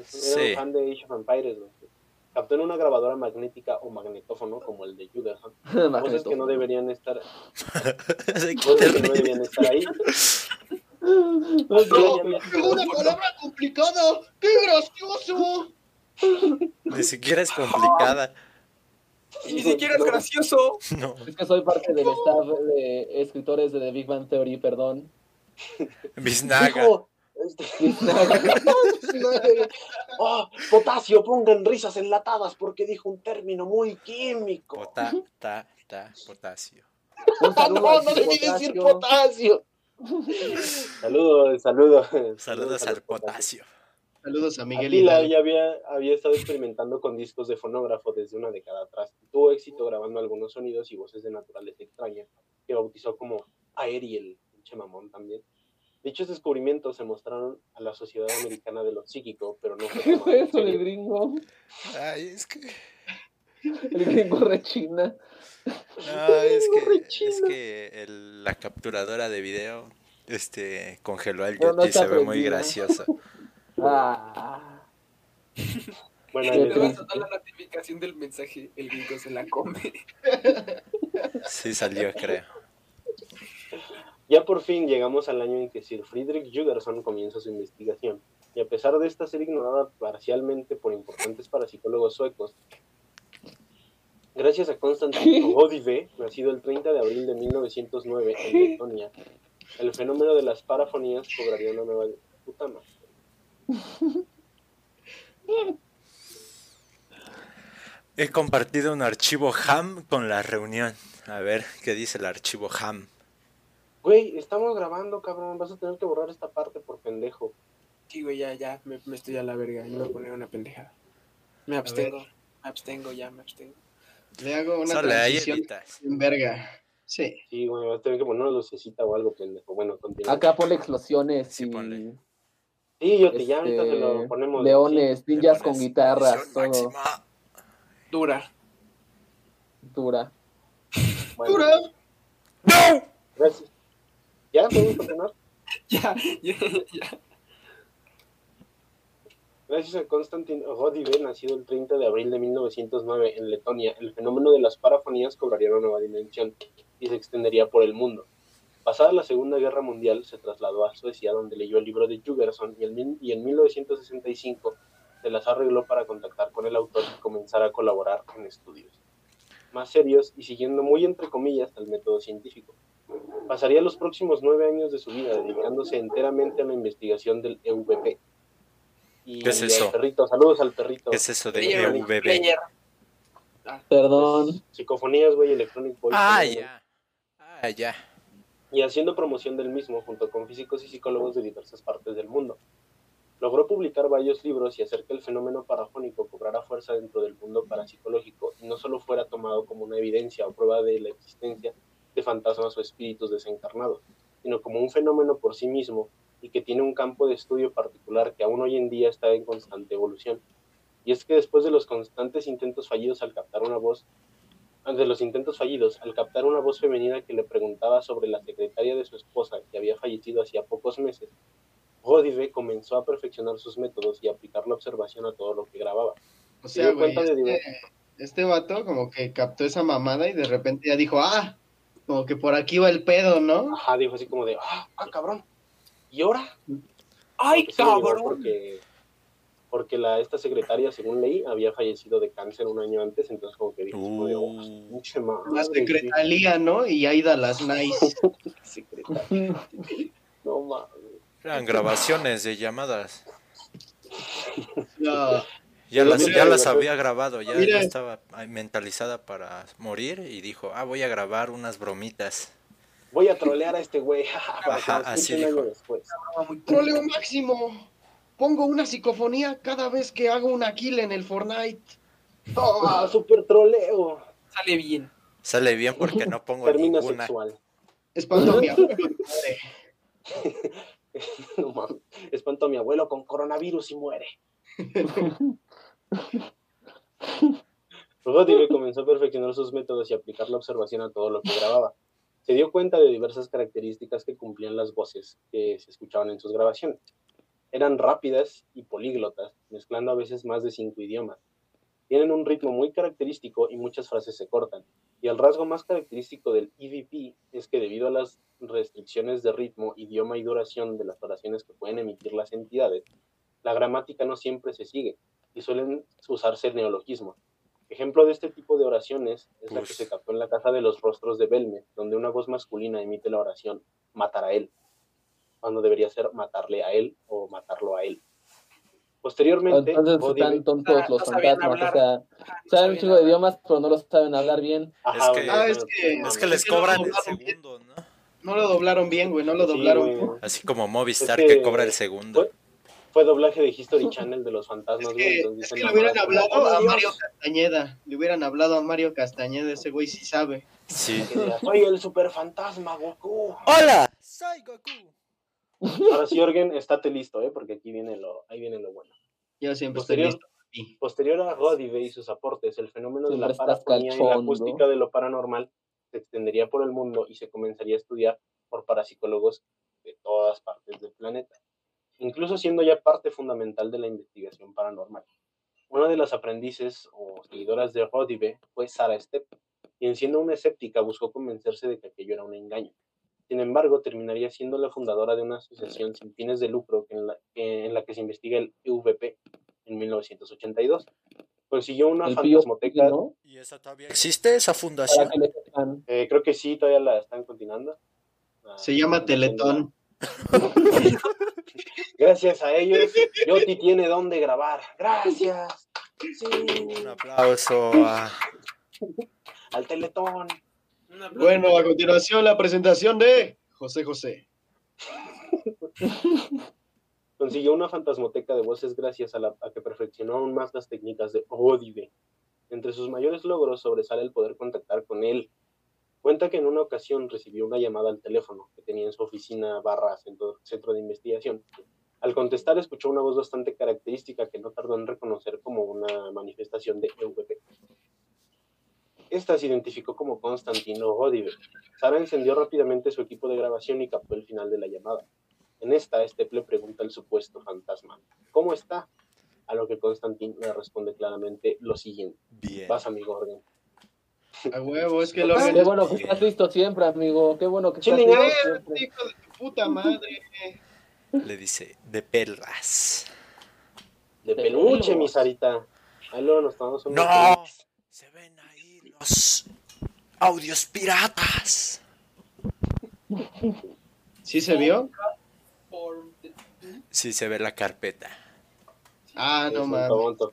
Speaker 1: Era
Speaker 4: Sí.
Speaker 1: un fan de Age of Empires, güey. Captó en una grabadora magnética o magnetófono, como el de Judason, cosas
Speaker 3: Magneto.
Speaker 1: que no deberían estar,
Speaker 4: ¿De qué te
Speaker 1: cosas que no
Speaker 4: ríes?
Speaker 1: deberían estar ahí.
Speaker 2: No,
Speaker 1: Ya había-
Speaker 2: es una palabra complicada. ¡Qué gracioso!
Speaker 4: Ni siquiera es complicada.
Speaker 5: Y ni siquiera es gracioso.
Speaker 4: No.
Speaker 3: Es que soy parte del staff de escritores de The Big Bang Theory, perdón.
Speaker 4: Biznaga.
Speaker 1: Dijo, este, "Ah, potasio, pongan risas enlatadas porque dijo un término muy químico.
Speaker 4: Pota, ta, ta, potasio.
Speaker 3: Un
Speaker 1: Ah,
Speaker 3: saludo al Chico Tasio.
Speaker 1: potasio. Saludos, saludos.
Speaker 4: Saludos al potasio.
Speaker 2: Saludos a Miguel
Speaker 1: Atila
Speaker 2: Hidalgo.
Speaker 1: ya había, había estado experimentando con discos de fonógrafo desde una década atrás. Tuvo éxito grabando algunos sonidos y voces de naturaleza extraña, que bautizó como Aeriel, pinche mamón también. Dichos descubrimientos se mostraron a la Sociedad Americana de lo Psíquico, pero no fue
Speaker 3: ¿Qué
Speaker 1: tomado
Speaker 3: fue
Speaker 1: en
Speaker 3: eso del
Speaker 1: serio.
Speaker 3: gringo?
Speaker 4: Ay, es que.
Speaker 3: El gringo rechina.
Speaker 4: No, es que, es que el- la capturadora de video este, congeló al
Speaker 3: No, no
Speaker 4: Yeti y
Speaker 3: está
Speaker 4: se ve muy
Speaker 3: prendida.
Speaker 4: gracioso.
Speaker 3: Ah,
Speaker 1: Bueno,
Speaker 3: Qué
Speaker 5: Le
Speaker 1: ahí
Speaker 5: vas
Speaker 1: les
Speaker 5: a dar la notificación del mensaje. El gringo se la come.
Speaker 4: Sí salió, creo.
Speaker 1: Ya por fin llegamos al año en que Sir Friedrich Jugerson comienza su investigación, y a pesar de esta ser ignorada parcialmente por importantes parapsicólogos suecos, gracias a Konstantin Ogodive, nacido el 30 de abril de 1909 en Letonia, el fenómeno de las parafonías cobraría una nueva puta madre.
Speaker 4: He compartido un archivo ham con la reunión. A ver, ¿qué dice el archivo ham?
Speaker 1: Güey, estamos grabando, cabrón. Vas a tener que borrar esta parte por pendejo.
Speaker 5: Sí, güey, ya, ya, me, me estoy a la verga. Yo voy a poner una pendejada. Me abstengo, me abstengo, ya, me abstengo.
Speaker 2: Le hago una
Speaker 4: Solo ahí
Speaker 2: transición
Speaker 4: editas.
Speaker 2: en verga. Sí.
Speaker 1: Sí, güey, vas a tener que poner una lucecita o algo, pendejo. Bueno, continúa.
Speaker 3: Acá ponle explosiones
Speaker 4: Sí,
Speaker 3: y
Speaker 4: ponle.
Speaker 1: Sí, yo te, ya ahorita
Speaker 3: este,
Speaker 1: te lo ponemos.
Speaker 3: leones,
Speaker 4: Le
Speaker 3: ninjas
Speaker 4: pones
Speaker 3: con guitarras,
Speaker 4: edición
Speaker 3: todo
Speaker 4: máxima.
Speaker 5: Dura.
Speaker 3: dura.
Speaker 1: sí, bueno. Gracias. ¿Ya podemos continuar?
Speaker 5: Ya, ya, ya.
Speaker 1: Gracias a Konstantin Rodive, nacido el 30 de abril de 1909 en Letonia, el fenómeno de las parafonías cobraría una nueva dimensión y se extendería por el mundo. Pasada la Segunda Guerra Mundial, se trasladó a Suecia, donde leyó el libro de Jugerson y, el mil- y en 1965 se las arregló para contactar con el autor y comenzar a colaborar en estudios más serios y siguiendo muy entre comillas el método científico. Pasaría los próximos nueve años de su vida dedicándose enteramente a la investigación del EVP. Y
Speaker 4: ¿Qué es
Speaker 1: al
Speaker 4: eso?
Speaker 1: perrito, saludos al perrito.
Speaker 4: ¿Qué es eso de E
Speaker 5: Player, güey,
Speaker 4: EVB?
Speaker 5: player.
Speaker 3: Perdón.
Speaker 1: Psicofonías, güey, electronic voice.
Speaker 4: Ah,
Speaker 1: Perdón.
Speaker 4: ya. Ah, ya.
Speaker 1: y haciendo promoción del mismo junto con físicos y psicólogos de diversas partes del mundo. Logró publicar varios libros y hacer que el fenómeno parafónico cobrara fuerza dentro del mundo parapsicológico y no solo fuera tomado como una evidencia o prueba de la existencia de fantasmas o espíritus desencarnados, sino como un fenómeno por sí mismo y que tiene un campo de estudio particular que aún hoy en día está en constante evolución. Y es que después de los constantes intentos fallidos al captar una voz, ante los intentos fallidos, al captar una voz femenina que le preguntaba sobre la secretaria de su esposa, que había fallecido hacía pocos meses, Rodive comenzó a perfeccionar sus métodos y aplicar la observación a todo lo que grababa.
Speaker 2: O
Speaker 1: Se
Speaker 2: sea,
Speaker 1: dio
Speaker 2: güey,
Speaker 1: cuenta de
Speaker 2: este, este vato como que captó esa mamada y de repente ya dijo, ah, como que por aquí va el pedo, ¿no?
Speaker 1: Ajá, dijo así como de, ah, ah, cabrón, ¿y ahora?
Speaker 5: ¡Ay,
Speaker 1: Porque pues sí lo llevó
Speaker 5: cabrón!
Speaker 1: Porque, porque la, esta secretaria, según leí, había fallecido de cáncer un año antes, entonces como que dijo, así como de, oh,
Speaker 4: Uh.
Speaker 1: pinche madre,
Speaker 2: La
Speaker 1: güey,
Speaker 2: secretaría, ¿no? Y Aida las nice.
Speaker 1: secretaria, no mames.
Speaker 4: Eran grabaciones de llamadas.
Speaker 2: No,
Speaker 4: Ya las,
Speaker 1: Mira,
Speaker 4: ya las
Speaker 1: mira.
Speaker 4: había grabado, ya, ya
Speaker 2: Mira.
Speaker 4: estaba ay, mentalizada para morir y dijo, ah, voy a grabar unas bromitas.
Speaker 1: Voy a trolear a este güey, jaja, para que me
Speaker 4: Ajá,
Speaker 1: escuche
Speaker 4: así
Speaker 1: un año
Speaker 4: dijo.
Speaker 1: después.
Speaker 2: troleo máximo. Pongo una psicofonía cada vez que hago una kill en el Fortnite.
Speaker 1: Toma, super Ah, troleo.
Speaker 5: Sale bien.
Speaker 4: Sale bien porque no pongo
Speaker 1: Termina
Speaker 4: ninguna.
Speaker 1: sexual.
Speaker 2: Espanto a mi abuelo.
Speaker 1: No mames. Espanto a mi abuelo con coronavirus y muere. Rodive comenzó a perfeccionar sus métodos y aplicar la observación a todo lo que grababa. Se dio cuenta de diversas características que cumplían las voces que se escuchaban en sus grabaciones. Eran rápidas y políglotas, mezclando a veces más de cinco idiomas. Tienen un ritmo muy característico y muchas frases se cortan. Y el rasgo más característico del EVP es que debido a las restricciones de ritmo, idioma y duración de las oraciones que pueden emitir las entidades, la gramática no siempre se sigue y suelen usarse neologismos. Ejemplo de este tipo de oraciones es la que
Speaker 4: Pues.
Speaker 1: se captó en la Casa de los Rostros de Belme, donde una voz masculina emite la oración matar a él, cuando debería ser matarle a él o matarlo a él. Posteriormente,
Speaker 3: Entonces
Speaker 1: Bodhi-
Speaker 3: están tontos
Speaker 5: Ah, no
Speaker 3: los
Speaker 5: sabían
Speaker 3: fantasmas, o
Speaker 5: hablar.
Speaker 3: sea, saben un chingo de idiomas, pero no los saben hablar bien.
Speaker 1: Ajá,
Speaker 4: que-
Speaker 1: güey,
Speaker 2: Ah, es
Speaker 1: no,
Speaker 2: que-
Speaker 1: no
Speaker 4: Es que
Speaker 1: mames.
Speaker 4: les
Speaker 2: Es que no
Speaker 4: cobran el
Speaker 2: doblaron bien.
Speaker 4: segundo, ¿no?
Speaker 2: No lo doblaron bien, güey, no lo
Speaker 1: Sí,
Speaker 2: doblaron.
Speaker 1: güey.
Speaker 4: Así como Movistar
Speaker 1: Es que-
Speaker 4: que cobra el segundo.
Speaker 1: Fue doblaje de History Channel de los fantasmas.
Speaker 2: es que,
Speaker 1: güey,
Speaker 2: es
Speaker 1: entonces
Speaker 2: que
Speaker 1: dicen
Speaker 2: le
Speaker 1: la
Speaker 2: hubieran
Speaker 1: mamada,
Speaker 2: hablado a
Speaker 1: "Oh, Dios,
Speaker 2: Mario Castañeda. Le hubieran hablado a Mario Castañeda, ese güey sí sabe.
Speaker 4: Sí.
Speaker 1: que diga, Soy el super fantasma, Goku.
Speaker 4: ¡Hola! ¡Soy Goku!
Speaker 1: Ahora sí, Jorgen, estate listo, ¿eh? porque aquí viene lo, ahí viene lo bueno.
Speaker 2: Yo siempre estoy
Speaker 1: Posterior,
Speaker 2: listo. papi.
Speaker 1: posterior a Rodive y sus aportes, el fenómeno de la
Speaker 3: Siempre estás
Speaker 1: parafonía y la
Speaker 3: cachondo.
Speaker 1: acústica de lo paranormal se extendería por el mundo y se comenzaría a estudiar por parapsicólogos de todas partes del planeta, incluso siendo ya parte fundamental de la investigación paranormal. Una de las aprendices o seguidoras de Rodive fue Sara Stepp, quien siendo una escéptica buscó convencerse de que aquello era un engaño. Sin embargo, terminaría siendo la fundadora de una asociación sin fines de lucro en la, que- en la que se investiga el EVP en 1982. Consiguió una
Speaker 3: El pío,
Speaker 1: fantasmoteca.
Speaker 3: ¿no?
Speaker 4: ¿Y esa todavía existe, esa
Speaker 3: Para
Speaker 4: fundación?
Speaker 3: que le sepan.
Speaker 1: eh, creo que sí, todavía la están continuando. Ah,
Speaker 2: Se llama Teletón.
Speaker 1: Gracias a ellos, Yoti tiene dónde grabar. Gracias. Sí,
Speaker 4: Un aplauso a...
Speaker 1: al Teletón.
Speaker 5: Una-
Speaker 2: Bueno, a continuación la presentación de José José.
Speaker 1: Consiguió una fantasmoteca de voces gracias a, la, a que perfeccionó aún más las técnicas de Odive. Entre sus mayores logros sobresale el poder contactar con él. Cuenta que en una ocasión recibió una llamada al teléfono que tenía en su oficina barra centro, centro de investigación. Al contestar escuchó una voz bastante característica que no tardó en reconocer como una manifestación de EVP. Esta se identificó como Constantino Odive. Sara encendió rápidamente su equipo de grabación y captó el final de la llamada. En esta, Esteple pregunta al supuesto fantasma, ¿cómo está? A lo que Constantino le responde claramente lo siguiente.
Speaker 4: Bien.
Speaker 1: Vas, amigo Orden.
Speaker 2: A huevo, es que lo
Speaker 3: Qué bueno que estás listo siempre, amigo. Qué bueno que estás
Speaker 2: Chilling,
Speaker 3: listo
Speaker 2: eh,
Speaker 3: siempre.
Speaker 2: hijo de tu puta madre.
Speaker 4: Le dice, de perlas.
Speaker 1: De
Speaker 3: De
Speaker 1: peluche,
Speaker 3: pelos.
Speaker 1: mi Sarita. Ahí luego nos tomamos un...
Speaker 4: ¡No! Se ven ahí los audios piratas.
Speaker 2: ¿Sí se vio?
Speaker 4: Sí, se ve la carpeta.
Speaker 2: Ah, no mames.
Speaker 1: Otro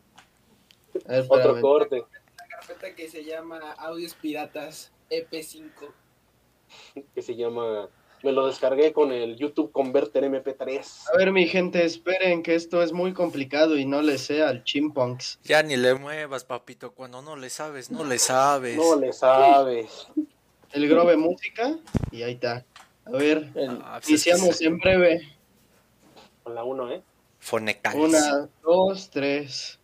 Speaker 2: A ver, espérame.
Speaker 1: corte.
Speaker 5: carpeta que se llama Audios Piratas E EP5.
Speaker 1: que se llama. Me lo descargué con el YouTube Converter MP3.
Speaker 2: A ver, mi gente, esperen que esto es muy complicado y no le sea al chimpunks.
Speaker 4: Ya ni le muevas, papito. Cuando no le sabes, no le sabes.
Speaker 1: No le sabes.
Speaker 2: El Grove Música y ahí está. A ver,
Speaker 3: El-
Speaker 4: Ah, pues es que
Speaker 2: iniciamos en breve.
Speaker 1: Con la 1, ¿eh?
Speaker 4: Fonecales.
Speaker 2: Una, dos, tres.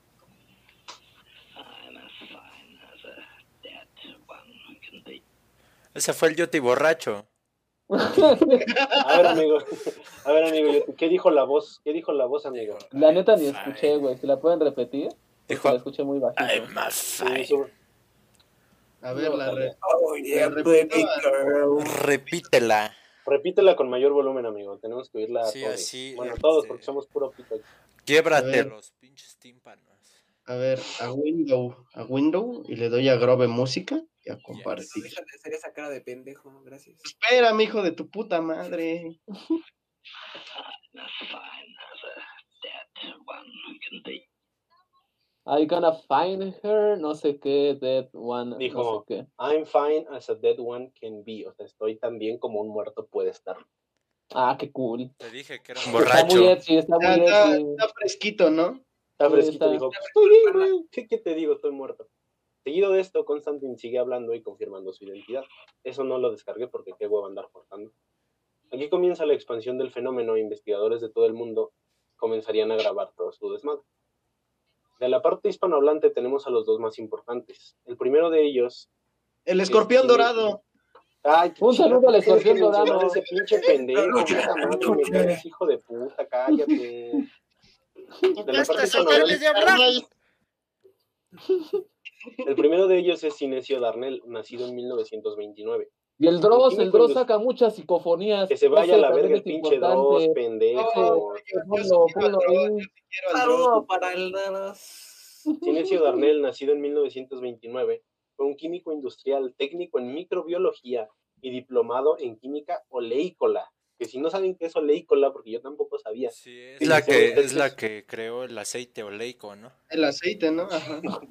Speaker 4: Ese fue el Yoti borracho.
Speaker 1: A ver, amigo. A ver, amigo. ¿Qué dijo la voz? ¿Qué dijo la voz, amigo?
Speaker 3: La neta ni escuché, güey. ¿Se la pueden repetir? Porque
Speaker 4: Dijo-
Speaker 3: la escuché muy bajito.
Speaker 4: I'm a fire.
Speaker 1: Sí, sube.
Speaker 2: A ver,
Speaker 3: No,
Speaker 2: la red.
Speaker 5: Oh, yeah,
Speaker 2: Repito,
Speaker 5: baby
Speaker 2: ah.
Speaker 5: girl.
Speaker 4: Repítela.
Speaker 1: Repítela con mayor volumen, amigo. Tenemos que oírla a
Speaker 4: Sí,
Speaker 1: todos.
Speaker 4: así,
Speaker 1: bueno,
Speaker 4: este-
Speaker 1: todos, porque somos puro pito.
Speaker 4: Quiebrate
Speaker 1: Eh.
Speaker 2: ver.
Speaker 4: los pinches tímpanos.
Speaker 2: A ver, a window, a window y le doy a Grove Música y a
Speaker 5: No,
Speaker 2: compartir.
Speaker 5: deja de hacer esa cara de pendejo, gracias.
Speaker 2: Espera, mi hijo de tu puta madre.
Speaker 3: I gonna find her, no sé qué, that one, no
Speaker 1: Dijo.
Speaker 3: sé qué.
Speaker 1: I'm fine as a dead one can be. O sea, estoy tan bien como un muerto puede estar.
Speaker 3: Ah, qué cool.
Speaker 4: Te dije que era un
Speaker 3: Está muy
Speaker 4: borracho.
Speaker 3: edgy, está muy
Speaker 2: Ya está,
Speaker 3: edgy.
Speaker 2: está fresquito, ¿no?
Speaker 1: Está
Speaker 3: Sí,
Speaker 1: fresquito,
Speaker 3: está-
Speaker 1: dijo. Estoy bien, güey. ¿Qué, qué te digo? Estoy muerto. Seguido de esto, Constantine sigue hablando y confirmando su identidad. Eso no lo descargué porque qué huevo andar portando. Aquí comienza la expansión del fenómeno e investigadores de todo el mundo comenzarían a grabar todo su desmadre. De la parte hispanohablante tenemos a los dos más importantes. El primero de ellos...
Speaker 2: El escorpión
Speaker 1: Sí.
Speaker 2: dorado.
Speaker 1: ¡Ay, qué
Speaker 3: Un saludo al
Speaker 1: chingada,
Speaker 3: escorpión
Speaker 1: tienes que mencionar
Speaker 3: dorado.
Speaker 1: Ese pinche pendejo, puta madre, me caes, hijo de puta, cállate. De la parte hispanohablante- El primero de ellos es Sinesio Darnell, nacido en 1929.
Speaker 3: Y el Dross, el Dross
Speaker 1: Cuando-
Speaker 3: saca muchas psicofonías.
Speaker 1: Que se vaya a la
Speaker 3: Ese
Speaker 1: verga
Speaker 3: también
Speaker 1: el
Speaker 3: es
Speaker 1: pinche dos,
Speaker 3: importante.
Speaker 1: pendejo.
Speaker 2: Yo sí
Speaker 3: Ponlo,
Speaker 2: quiero al
Speaker 3: ponlo
Speaker 2: Grove,
Speaker 3: ahí.
Speaker 2: yo sí quiero al Grove.
Speaker 5: Saludo para el Daros.
Speaker 1: Sinesio Darnell, nacido en 1929, fue un químico industrial, técnico en microbiología y diplomado en química oleícola. Que si no saben qué es oleícola, porque yo tampoco sabía.
Speaker 4: Sí,
Speaker 1: Sí,
Speaker 4: es la
Speaker 1: sí,
Speaker 4: que,
Speaker 1: sí,
Speaker 4: es
Speaker 1: sí.
Speaker 4: la que creó el aceite oleico, ¿no?
Speaker 2: El aceite, ¿no? Ajá.
Speaker 1: Ah,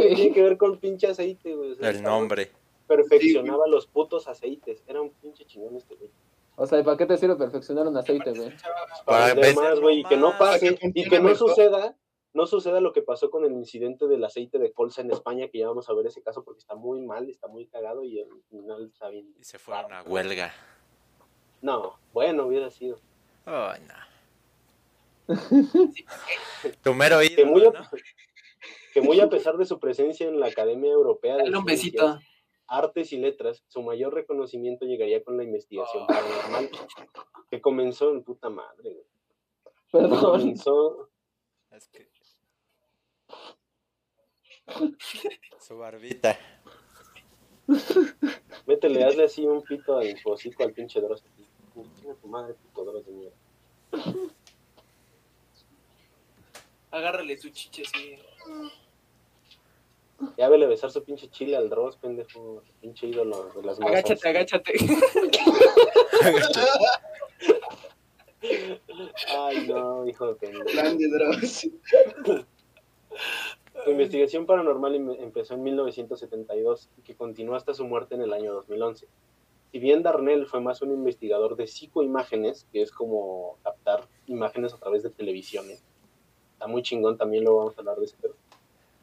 Speaker 1: Sí, que tiene que ver con pinche aceite, güey. O sea,
Speaker 4: El nombre.
Speaker 1: Perfeccionaba los putos aceites. Era un pinche chingón este güey.
Speaker 3: O sea, ¿y para qué te sirve perfeccionar un aceite, güey?
Speaker 1: para
Speaker 4: Para
Speaker 1: vender
Speaker 4: vender
Speaker 1: más, güey, y que no
Speaker 4: más.
Speaker 1: pase,
Speaker 2: Ah, pues, Para que
Speaker 1: y que no
Speaker 2: funcione mejor.
Speaker 1: suceda, no suceda lo que pasó con el incidente del aceite de colza en España, que ya vamos a ver ese caso porque está muy mal, está muy cagado y al final está bien.
Speaker 4: Y se fueron a huelga.
Speaker 1: No, bueno, hubiera sido.
Speaker 4: Ay, no. Tu mero
Speaker 1: Que muy, a,
Speaker 4: ídolo, ¿no?
Speaker 1: que muy a pesar de su presencia en la Academia Europea de
Speaker 5: Dale un
Speaker 1: Ciencias,
Speaker 5: besito.
Speaker 1: Artes y Letras, su mayor reconocimiento llegaría con la investigación
Speaker 5: Ah.
Speaker 1: paranormal, que comenzó en puta madre, güey.
Speaker 3: Perdón.
Speaker 1: Comenzó,
Speaker 4: Es que- Su barbita.
Speaker 1: métele, hazle así un pito al hocico al pinche Dross. Chinga tu madre, puto Dross de mierda.
Speaker 5: Agárrale tu chiche, sí.
Speaker 1: Ya vele a besar su pinche chile al Dross, pendejo. Pinche ídolo de las masas.
Speaker 5: Agáchate, agáchate.
Speaker 1: Ay, no, hijo de pendejo.
Speaker 2: Grande Dross.
Speaker 1: Su investigación paranormal em- empezó en 1972 y que continuó hasta su muerte en el año 2011. Si bien Darnell fue más un investigador de psicoimágenes, que es como captar imágenes a través de televisiones, está muy chingón, también lo vamos a hablar de ese pero.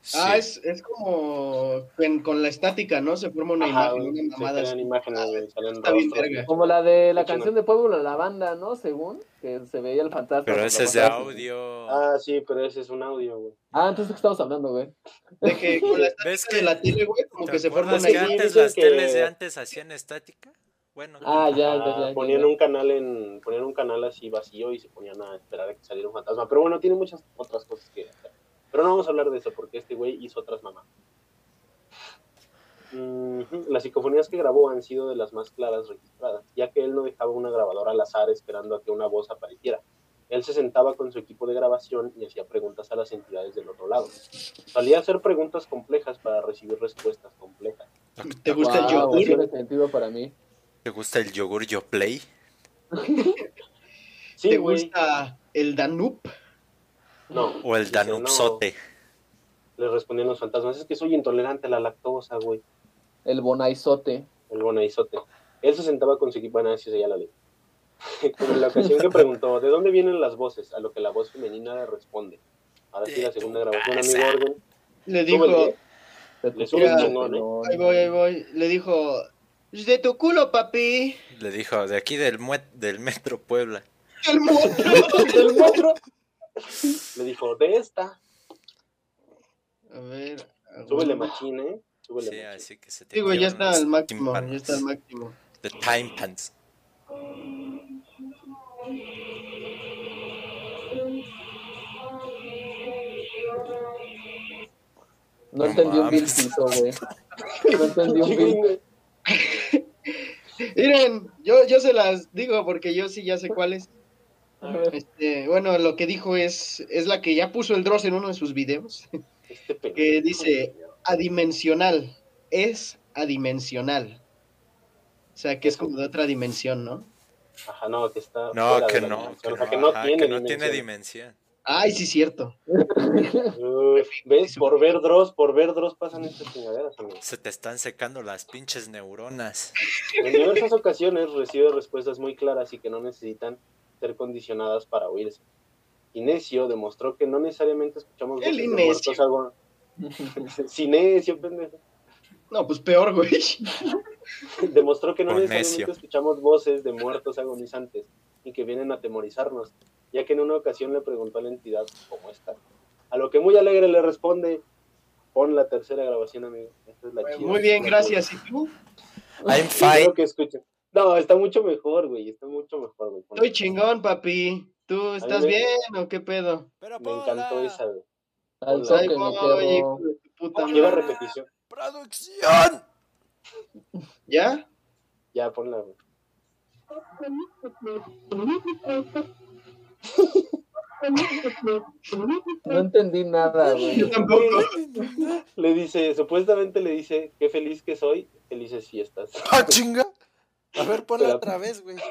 Speaker 4: Sí.
Speaker 2: Ah, es, es como en- con la estática, ¿no? Se forma una
Speaker 1: Ajá,
Speaker 2: imagen, una
Speaker 1: se
Speaker 2: mamada.
Speaker 1: crean
Speaker 2: así.
Speaker 1: imágenes, güey, salen
Speaker 2: Está bien
Speaker 1: rostros.
Speaker 2: verga.
Speaker 3: Como la de la
Speaker 1: Qué chingón.
Speaker 3: canción de Pueblo, la banda, ¿no? Según, que se veía el fantasma.
Speaker 4: Pero
Speaker 3: cuando
Speaker 4: ese es de
Speaker 3: pasaba.
Speaker 4: audio.
Speaker 1: Ah, sí, pero ese es un audio, güey.
Speaker 3: Ah, entonces, ¿de qué estamos hablando, güey?
Speaker 2: De que con la estática
Speaker 4: ¿Ves
Speaker 2: de
Speaker 4: que-
Speaker 2: la tele, güey, como
Speaker 4: ¿Te
Speaker 2: que se forma
Speaker 4: acuerdas
Speaker 2: una
Speaker 4: que
Speaker 1: imagen.
Speaker 4: antes
Speaker 1: Dicen
Speaker 4: las teles de
Speaker 1: que-
Speaker 4: antes hacían estática? Bueno,
Speaker 3: Ah, ya, ya,
Speaker 1: Ah,
Speaker 3: ya, ya,
Speaker 1: ponían
Speaker 3: ya.
Speaker 1: un canal en ponían un canal así vacío y se ponían a esperar a que saliera un fantasma pero bueno tiene muchas otras cosas que hacer. pero no vamos a hablar de eso porque este güey hizo otras mamás Mm, las psicofonías que grabó han sido de las más claras registradas ya que él no dejaba una grabadora al azar esperando a que una voz apareciera él se sentaba con su equipo de grabación y hacía preguntas a las entidades del otro lado solía hacer preguntas complejas para recibir respuestas complejas
Speaker 2: ¿Te gusta el
Speaker 3: Guau,
Speaker 2: yogur?
Speaker 3: tiene sentido para mí.
Speaker 4: ¿te gusta el yogur yo play?
Speaker 1: sí
Speaker 2: ¿Te
Speaker 1: güey.
Speaker 2: gusta el Danub?
Speaker 1: no
Speaker 4: ¿O el
Speaker 1: dice, "No,
Speaker 4: danubsote?
Speaker 1: le respondían los fantasmas, es que soy intolerante a la lactosa, güey,
Speaker 3: El bonaizote.
Speaker 1: el bonaizote. Él se sentaba con su equipo de análisis y ya la ley. Pero en la ocasión que preguntó, ¿de dónde vienen las voces? A lo que la voz femenina le responde. Ahora sí,
Speaker 4: De
Speaker 1: la segunda
Speaker 4: tu
Speaker 1: grabación,
Speaker 4: casa.
Speaker 1: amigo Orgon.
Speaker 2: Le
Speaker 1: súbele.
Speaker 2: dijo,
Speaker 3: De tu
Speaker 1: Le
Speaker 2: sube el
Speaker 3: culo,
Speaker 1: chingón, ¿eh?
Speaker 3: pelón.
Speaker 2: ahí voy, ahí voy. Le dijo, "Es de tu culo, papi.
Speaker 4: Le dijo, de aquí del, mue- del metro Puebla.
Speaker 2: El monstruo.
Speaker 1: Del monstruo. Le dijo, de esta.
Speaker 2: A ver. a
Speaker 1: Súbele
Speaker 2: ver.
Speaker 1: machín, ¿eh? Súbele
Speaker 4: Sí,
Speaker 1: machín.
Speaker 4: así que se te
Speaker 2: Sí, güey, ya
Speaker 4: quedaron
Speaker 2: está al
Speaker 4: los
Speaker 2: máximo,
Speaker 4: timpanos.
Speaker 2: ya está al máximo.
Speaker 4: The time pants.
Speaker 3: No
Speaker 4: No
Speaker 3: entendí un
Speaker 4: mames.
Speaker 3: Bill Clinton, güey. No entendí un Bill.
Speaker 1: Chingue.
Speaker 2: Miren, yo, yo se las digo porque yo sí ya sé cuál es.
Speaker 5: A ver.
Speaker 2: Este, bueno, lo que dijo es, es la que ya puso el Dross en uno de sus videos.
Speaker 1: Este pendejo.
Speaker 2: Que dice- Adimensional. Es adimensional. O sea, que es como de otra dimensión, ¿no?
Speaker 1: Ajá, no, que está.
Speaker 4: No,
Speaker 1: fuera
Speaker 4: que
Speaker 1: de la
Speaker 4: no,
Speaker 1: dimensión,
Speaker 4: que
Speaker 1: o sea,
Speaker 4: no,
Speaker 1: que no
Speaker 4: ajá,
Speaker 1: tiene
Speaker 4: que no tiene
Speaker 1: dimensión.
Speaker 4: dimensión.
Speaker 2: Ay, sí, cierto.
Speaker 1: Uf, ¿Ves? Por ver Dross, por ver Dross pasan estas chingaderas, amigo.
Speaker 4: Se te están secando las pinches neuronas.
Speaker 1: En diversas ocasiones recibe respuestas muy claras y que no necesitan ser condicionadas para oírse. Inesio demostró que no necesariamente escuchamos
Speaker 2: El
Speaker 1: de
Speaker 2: Inesio.
Speaker 1: muertos algo. Sinesio, pendejo.
Speaker 2: No, pues peor, güey.
Speaker 1: Demostró que no
Speaker 4: Con
Speaker 1: necesariamente
Speaker 4: necio.
Speaker 1: escuchamos voces de muertos agonizantes y que vienen a atemorizarnos, ya que en una ocasión le preguntó a la entidad cómo está. A lo que muy alegre le responde, pon la tercera grabación, amigo. Esta es la chida.
Speaker 2: Pues Muy bien, gracias. ¿Y tú?
Speaker 4: I'm
Speaker 1: Creo
Speaker 4: fine.
Speaker 1: que escuchen. No, está mucho mejor, güey. Está mucho mejor, güey.
Speaker 2: Estoy chingón, papi. ¿Tú estás
Speaker 1: me-
Speaker 2: bien o qué pedo?
Speaker 4: Pero
Speaker 1: Me encantó
Speaker 4: Paula,
Speaker 1: esa. güey. Ay,
Speaker 3: Al toque
Speaker 2: Ay,
Speaker 3: me
Speaker 2: voy,
Speaker 3: quedo.
Speaker 2: hijo de tu puta
Speaker 1: Lleva
Speaker 2: madre.
Speaker 1: repetición.
Speaker 4: ¡Producción!
Speaker 2: ¿Ya?
Speaker 1: Ya, ponla, güey.
Speaker 3: No entendí nada, güey.
Speaker 2: Yo tampoco.
Speaker 1: Le dice, supuestamente le dice, qué feliz que soy, felices fiestas.
Speaker 4: ¡Ah, chinga! A ver, ponla
Speaker 1: Pero-
Speaker 4: otra vez, güey.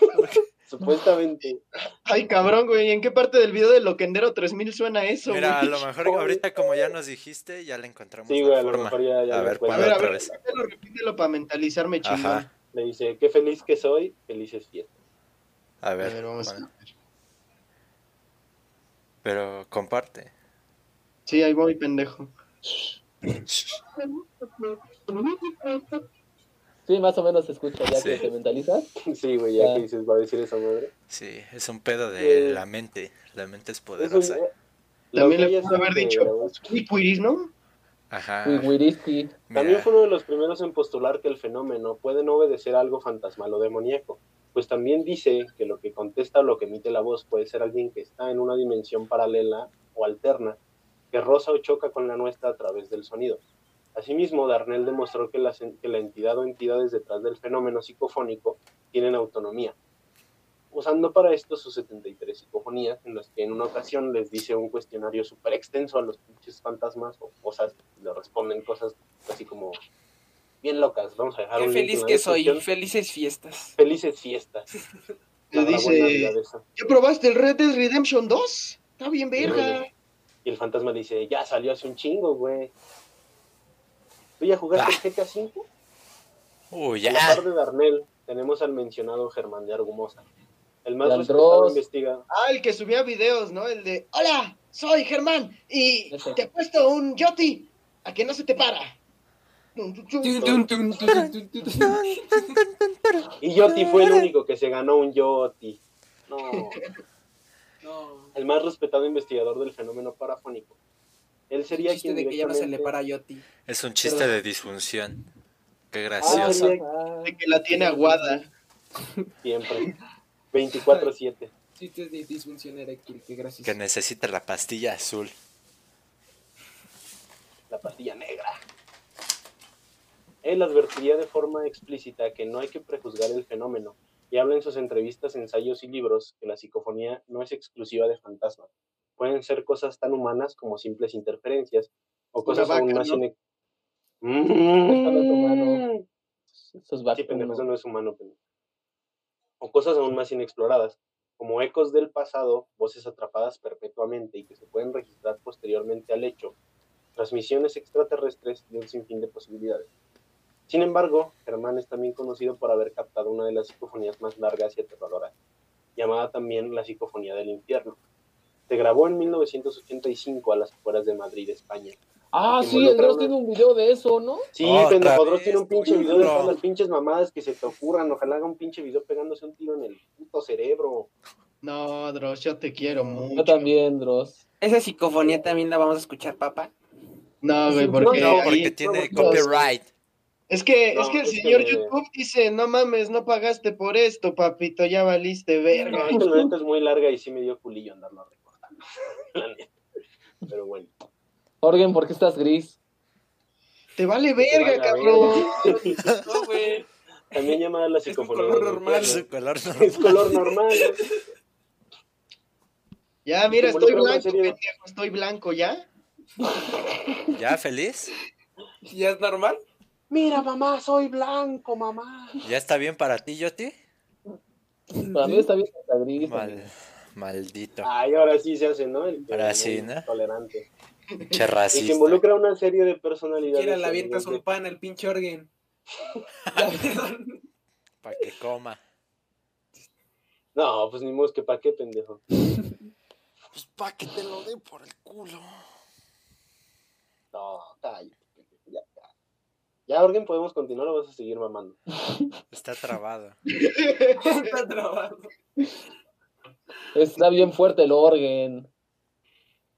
Speaker 1: Supuestamente.
Speaker 2: Ay, cabrón, güey. ¿En qué parte del video de Loquendero 3000 suena eso, güey?
Speaker 4: Mira, a lo mejor ahorita, como ya nos dijiste, ya la encontramos.
Speaker 1: Sí,
Speaker 4: la
Speaker 1: güey, a lo
Speaker 4: forma.
Speaker 1: mejor ya- ya
Speaker 4: A
Speaker 1: la
Speaker 4: ver,
Speaker 1: encuentro.
Speaker 4: ponla
Speaker 2: A ver, a
Speaker 4: otra
Speaker 2: ver,
Speaker 4: vez.
Speaker 2: repítelo, repítelo para mentalizarme, chingón.
Speaker 4: Ajá.
Speaker 1: Le dice, qué feliz que soy, felices fiestas.
Speaker 4: A
Speaker 2: A
Speaker 4: ver,
Speaker 2: ver, vamos.
Speaker 4: pon- Pero comparte.
Speaker 2: Sí, ahí voy, pendejo.
Speaker 3: Sí, más o menos se escucha ya que
Speaker 4: Sí.
Speaker 3: te mentalizas.
Speaker 1: Sí, güey, ya
Speaker 3: Ah.
Speaker 1: que dices, va a decir esa madre.
Speaker 4: Sí, es un pedo de
Speaker 1: Eh,
Speaker 4: la mente. La mente es
Speaker 1: Eso
Speaker 4: poderosa.
Speaker 1: ya- lo
Speaker 2: También
Speaker 1: que
Speaker 2: le
Speaker 1: ella
Speaker 2: pudo haber
Speaker 1: sabe,
Speaker 2: dicho.
Speaker 1: güey.
Speaker 2: Y Quiris, ¿no?
Speaker 4: Ajá.
Speaker 3: Wiriski.
Speaker 1: También
Speaker 4: Mira,
Speaker 1: fue uno de los primeros en postular que el fenómeno puede no obedecer a algo fantasmal o demoníaco, pues también dice que lo que contesta o lo que emite la voz puede ser alguien que está en una dimensión paralela o alterna, que roza o choca con la nuestra a través del sonido. Asimismo, Darnell demostró que la, que la entidad o entidades detrás del fenómeno psicofónico tienen autonomía, usando para esto sus 73 psicofonías, en las que en una ocasión les dice un cuestionario súper extenso a los pinches fantasmas o cosas, le responden cosas así como bien locas. Vamos a dejar
Speaker 5: Qué
Speaker 1: un link en
Speaker 5: feliz
Speaker 1: la
Speaker 5: que soy.
Speaker 1: descripción.
Speaker 5: Felices fiestas.
Speaker 1: Felices fiestas.
Speaker 2: Le
Speaker 1: La buena
Speaker 2: dice,
Speaker 1: Navidad esa.
Speaker 2: ¿ya probaste el Red Dead Redemption 2? Está bien, verga.
Speaker 1: Y el fantasma le dice, ya salió hace un chingo, güey. ¿Tú ya jugaste el GTA V?
Speaker 4: Uy,
Speaker 1: En la
Speaker 4: ya.
Speaker 1: par de Darnell tenemos al mencionado Germán de Argumosa. El más
Speaker 3: Del
Speaker 1: respetado
Speaker 3: Dross.
Speaker 1: investiga.
Speaker 2: Ah, el que subía videos, ¿no? El de, hola, soy Germán y
Speaker 3: Ese.
Speaker 2: te he puesto un yoti a que no se te para.
Speaker 5: Tun, tun, tun, tun, tun, tun, tun.
Speaker 1: Y Yoti fue el único que se ganó un Yoti. No.
Speaker 5: No.
Speaker 1: El más respetado investigador del fenómeno parafónico. Él sería
Speaker 5: Chiste
Speaker 1: quien
Speaker 5: de que ya no se le
Speaker 1: directamente-
Speaker 5: para a Yoti.
Speaker 4: Es un chiste de disfunción. Qué
Speaker 1: Ah,
Speaker 4: gracioso.
Speaker 1: sería
Speaker 2: De que la tiene aguada.
Speaker 1: siempre. 24-7.
Speaker 5: Chistes de disfunción eréctil, que gracias.
Speaker 4: Que necesita la pastilla azul.
Speaker 1: la pastilla negra. Él advertiría de forma explícita que no hay que prejuzgar el fenómeno y habla en sus entrevistas, ensayos y libros que la psicofonía no es exclusiva de fantasmas. Pueden ser cosas tan humanas como simples interferencias o cosas
Speaker 2: vaca,
Speaker 1: aún más
Speaker 2: ¿no?
Speaker 1: inex- Mm.
Speaker 3: Déjalo tomar, Sus
Speaker 1: Sí,
Speaker 3: vacunas.
Speaker 1: pendejo, eso no es humano, pendejo. O cosas aún más inexploradas, como ecos del pasado, voces atrapadas perpetuamente y que se pueden registrar posteriormente al hecho, transmisiones extraterrestres y un sinfín de posibilidades. Sin embargo, Germán es también conocido por haber captado una de las psicofonías más largas y aterradoras, llamada también la psicofonía del infierno. Se grabó en 1985 a las afueras de Madrid, España.
Speaker 3: Ah,
Speaker 1: que
Speaker 3: sí, el Dross
Speaker 1: involucra
Speaker 3: tiene un video de eso, ¿no?
Speaker 1: Sí,
Speaker 4: Otra
Speaker 1: pendejo, Dross
Speaker 4: vez,
Speaker 1: tiene un pinche video de
Speaker 4: bro.
Speaker 1: todas las pinches mamadas que se te ocurran. Ojalá haga un pinche video pegándose un tiro en el puto cerebro.
Speaker 2: No, Dross, yo te quiero mucho.
Speaker 3: Yo también, Dross.
Speaker 5: Esa psicofonía también la vamos a escuchar, papá.
Speaker 2: No, güey, porque,
Speaker 4: No,
Speaker 2: ahí-
Speaker 4: porque tiene
Speaker 2: no,
Speaker 4: copyright.
Speaker 2: es que
Speaker 1: No,
Speaker 2: es que el
Speaker 1: es que
Speaker 2: señor
Speaker 1: me-
Speaker 2: YouTube dice, no mames, no pagaste por esto, papito, ya valiste verga.
Speaker 1: No, la neta es muy larga y sí me dio culillo andarlo recortando. La neta. Pero bueno.
Speaker 3: Orgen, ¿por qué estás gris?
Speaker 2: Te vale
Speaker 1: que
Speaker 2: verga,
Speaker 1: valga
Speaker 2: cabrón.
Speaker 1: verga.
Speaker 5: No, güey.
Speaker 1: También llamada la
Speaker 5: un
Speaker 1: psicofonía.
Speaker 5: color
Speaker 1: del
Speaker 5: normal.
Speaker 1: infierno.
Speaker 4: Su color no-
Speaker 1: Es color normal.
Speaker 2: Ya, mira,
Speaker 1: Como le
Speaker 2: estoy
Speaker 1: pregunto,
Speaker 2: blanco,
Speaker 1: ¿en serio?
Speaker 2: pendejo, estoy blanco ya.
Speaker 4: ¿Ya feliz?
Speaker 5: ¿Ya es normal?
Speaker 1: Mira, mamá, soy blanco, mamá.
Speaker 4: ¿Ya está bien para ti, Yoti?
Speaker 3: Para mí está bien que está gris. amigo.
Speaker 4: Mal-
Speaker 1: pues,
Speaker 4: maldito.
Speaker 1: Ay, ahora sí se hace, ¿no? El que
Speaker 4: Ahora
Speaker 1: es
Speaker 4: sí,
Speaker 1: muy
Speaker 4: ¿no?
Speaker 1: Tolerante.
Speaker 4: Che
Speaker 1: Y se
Speaker 4: racista.
Speaker 1: involucra una serie de
Speaker 5: Quiera
Speaker 1: personalidades.
Speaker 5: la avientas
Speaker 1: de-
Speaker 5: un pan al pinche Orgen. Ya, perdón.
Speaker 4: Para que coma.
Speaker 1: No, pues ni modo que pa' qué, pendejo.
Speaker 4: Pues para que te lo dé por el culo.
Speaker 1: No, cállate, pendejo, ya, ya. Ya, Orgen, podemos continuar o vas a seguir mamando.
Speaker 4: Está trabado.
Speaker 5: Está trabado.
Speaker 3: Está bien fuerte el Orgen.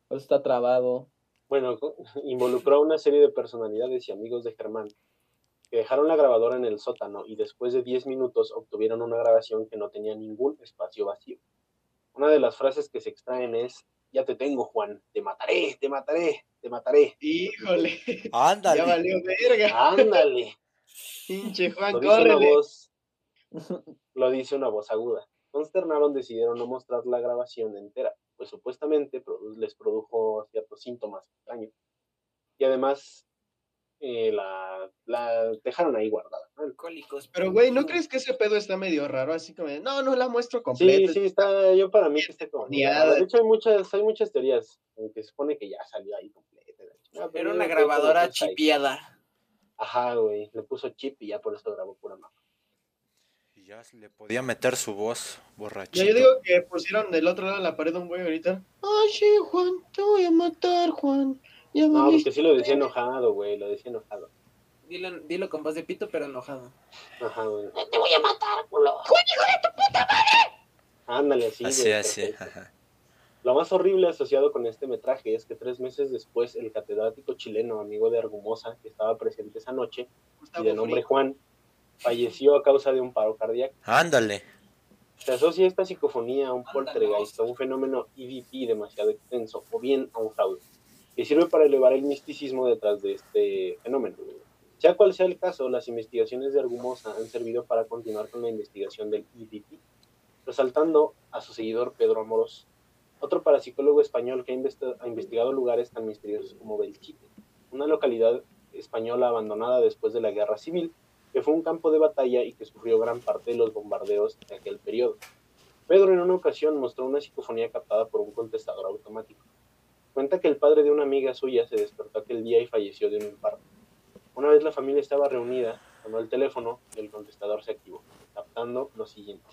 Speaker 3: Por eso está trabado.
Speaker 1: Bueno, co- involucró a una serie de personalidades y amigos de Germán que dejaron la grabadora en el sótano y después de 10 minutos obtuvieron una grabación que no tenía ningún espacio vacío. Una de las frases que se extraen es, ya te tengo, Juan, te mataré, te mataré, te mataré.
Speaker 2: Híjole, ya
Speaker 4: Ándale.
Speaker 2: valió verga.
Speaker 1: Ándale.
Speaker 2: Pinche Juan,
Speaker 1: Lo dice, una
Speaker 2: córrele.
Speaker 1: voz, lo dice una voz aguda. Consternaron decidieron no mostrar la grabación entera, pues supuestamente produ- les produjo ciertos síntomas extraños. Y además eh, la, la dejaron ahí guardada. ¿no?
Speaker 5: Cólicos.
Speaker 2: Pero, güey, ¿no crees que ese pedo está medio raro? Así como, de, no, no la muestro
Speaker 1: Sí,
Speaker 2: completa.
Speaker 1: sí, está, yo para mí que está como...
Speaker 2: Niada.
Speaker 1: De hecho hay muchas, hay muchas teorías, aunque se supone que ya salió ahí completa. la chingada, pero
Speaker 5: Era
Speaker 1: yo
Speaker 5: una
Speaker 1: creo que
Speaker 5: grabadora
Speaker 1: está ahí.
Speaker 5: chipiada.
Speaker 1: Ajá, güey, le puso chip y ya por eso grabó pura mano.
Speaker 4: Y ya le podía meter su voz
Speaker 2: Yo,
Speaker 4: borrachito.
Speaker 2: yo digo que pusieron del otro lado de la pared un güey ahorita. Ay, sí, Juan, te voy a matar, Juan. Ya
Speaker 1: No,
Speaker 2: valiste
Speaker 1: porque sí lo decía enojado, güey, lo decía enojado.
Speaker 5: Dilo, dilo con voz de pito, pero enojado.
Speaker 1: Ajá, güey. Te voy a matar, culo. Ándale, así.
Speaker 4: así,
Speaker 1: güey,
Speaker 4: así.
Speaker 1: perfecto.
Speaker 4: ajá.
Speaker 1: Lo más horrible asociado con este metraje es que tres meses después, el catedrático chileno, amigo de Argumosa, que estaba presente esa noche, y de
Speaker 2: Gustavo
Speaker 1: nombre
Speaker 2: Fring.
Speaker 1: Juan, falleció a causa de un paro cardíaco.
Speaker 4: Ándale.
Speaker 1: Se asocia esta psicofonía a un
Speaker 5: Ándale,
Speaker 1: poltergeist, a
Speaker 5: hostia.
Speaker 1: un fenómeno EVP demasiado extenso, o bien a un fraude, que sirve para elevar el misticismo detrás de este fenómeno. Sea cual sea el caso, las investigaciones de Argumosa han servido para continuar con la investigación del EVP, resaltando a su seguidor Pedro Amorós, otro parapsicólogo español que ha, investi- ha investigado lugares tan misteriosos como Belchite, una localidad española abandonada después de la Guerra Civil, que fue un campo de batalla y que sufrió gran parte de los bombardeos de aquel periodo. Pedro en una ocasión mostró una psicofonía captada por un contestador automático. Cuenta que el padre de una amiga suya se despertó aquel día y falleció de un infarto. Una vez la familia estaba reunida, Sonó el teléfono y el contestador se activó, captando lo siguiente.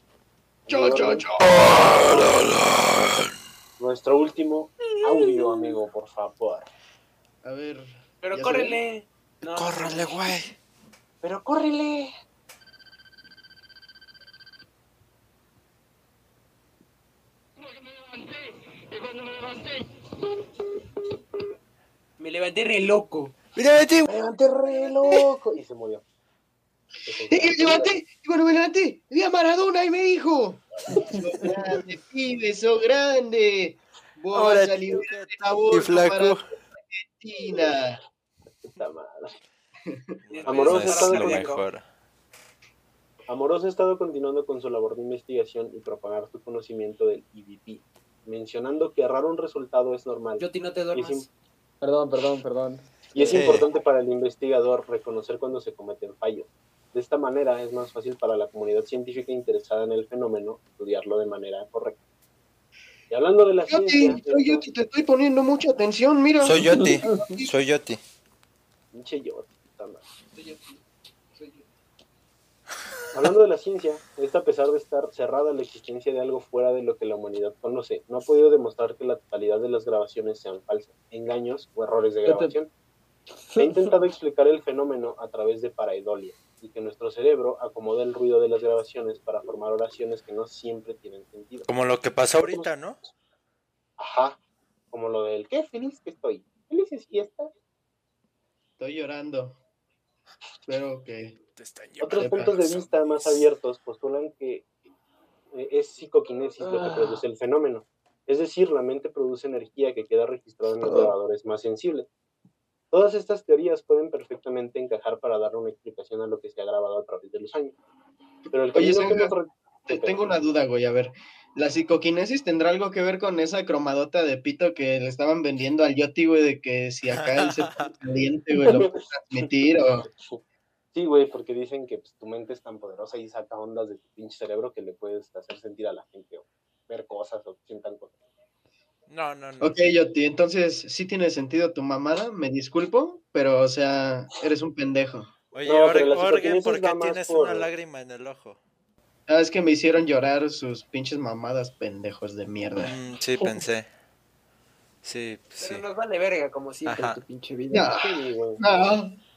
Speaker 2: Yo, yo, yo.
Speaker 1: Nuestro último audio, amigo, por favor.
Speaker 2: A ver.
Speaker 5: Pero
Speaker 2: ya
Speaker 5: córrele. No.
Speaker 4: ¡Córrele, güey!
Speaker 5: Pero córrele. Me levanté re loco.
Speaker 4: ¡Mira, vete,
Speaker 1: Me levanté re loco. Y se murió.
Speaker 2: se ve. Eh, eh, levanté, y cuando me levanté, vi a Maradona y me dijo: "Sos grande, pibe, sos grande. Vos
Speaker 4: Ahora
Speaker 2: vas a liberar esta bolsa
Speaker 4: flaco.
Speaker 2: para Argentina".
Speaker 1: Puta madre.
Speaker 5: Y después
Speaker 1: Amoroso,
Speaker 4: No
Speaker 5: se
Speaker 4: es
Speaker 1: todo
Speaker 5: paró
Speaker 1: el
Speaker 4: lo
Speaker 5: conmigo.
Speaker 4: mejor.
Speaker 1: Amoroso ha estado continuando con su labor de investigación y propagar su conocimiento del EVP, mencionando que errar un resultado es normal
Speaker 5: Yo ti no te
Speaker 1: Y sin-
Speaker 5: duermas.
Speaker 3: Perdón, perdón, perdón.
Speaker 1: y es
Speaker 4: Sí.
Speaker 1: importante para el investigador reconocer cuando se cometen fallos. De esta manera es más fácil para la comunidad científica interesada en el fenómeno estudiarlo de manera correcta. Y hablando de la
Speaker 2: Yoti,
Speaker 1: ciencia,
Speaker 2: soy
Speaker 1: esto-
Speaker 2: Yoti, te estoy poniendo mucha atención, mira.
Speaker 4: Soy Yoti. Soy Yoti.
Speaker 1: Pinche Yoti, puta madre.
Speaker 5: Soy yo, soy yo.
Speaker 1: Hablando de la ciencia, esta a pesar de estar cerrada la existencia de algo fuera de lo que la humanidad conoce, no ha podido demostrar que la totalidad de las grabaciones sean falsas, engaños o errores de
Speaker 3: Yo te-
Speaker 1: grabación. He intentado explicar el fenómeno a través de pareidolia y que nuestro cerebro acomoda el ruido de las grabaciones para formar oraciones que no siempre tienen sentido.
Speaker 4: Como lo que pasó ahorita, ¿no?
Speaker 1: Ajá, como lo del qué feliz que estoy, feliz es fiesta.
Speaker 2: Estoy llorando. Espero que.
Speaker 4: Te están
Speaker 1: Otros
Speaker 2: Vale,
Speaker 1: puntos de vista más abiertos postulan que eh, es psicoquinesis lo que
Speaker 3: Ah.
Speaker 1: produce el fenómeno. Es decir, la mente produce energía que queda registrada en los grabadores más sensibles. Todas estas teorías pueden perfectamente encajar para dar una explicación a lo que se ha grabado a través de los años. Pero el
Speaker 2: Oye,
Speaker 1: camino que
Speaker 2: Sergio,
Speaker 1: hemos re-
Speaker 2: Te- Tengo una duda, güey, a ver. ¿La psicoquinesis tendrá algo que ver con esa cromadota de pito que le estaban vendiendo al Yoti, güey, de que si acá él se pone caliente, güey, lo puede transmitir o...?
Speaker 1: Sí, güey, porque dicen que pues, tu mente es tan poderosa y saca ondas de tu pinche cerebro que le puedes hacer sentir a la gente o ver cosas o sientan cosas.
Speaker 4: No, no, no.
Speaker 2: Ok, Yoti, entonces sí tiene sentido tu mamada, me disculpo, pero, o sea, eres un pendejo.
Speaker 4: Oye,
Speaker 1: No, pero
Speaker 4: Org-
Speaker 1: la
Speaker 4: Orgen,
Speaker 1: psicoquinesis
Speaker 4: ¿por
Speaker 1: va
Speaker 4: qué
Speaker 1: más
Speaker 4: tienes
Speaker 1: por-
Speaker 4: una lágrima en el ojo?
Speaker 2: Ah, es que me hicieron llorar sus pinches mamadas, pendejos de mierda.
Speaker 4: Mm, sí, pensé. Sí, pues sí.
Speaker 5: Pero nos vale verga, como siempre,
Speaker 4: Ajá.
Speaker 5: tu pinche vida.
Speaker 2: No,
Speaker 1: Sí, güey.
Speaker 2: no,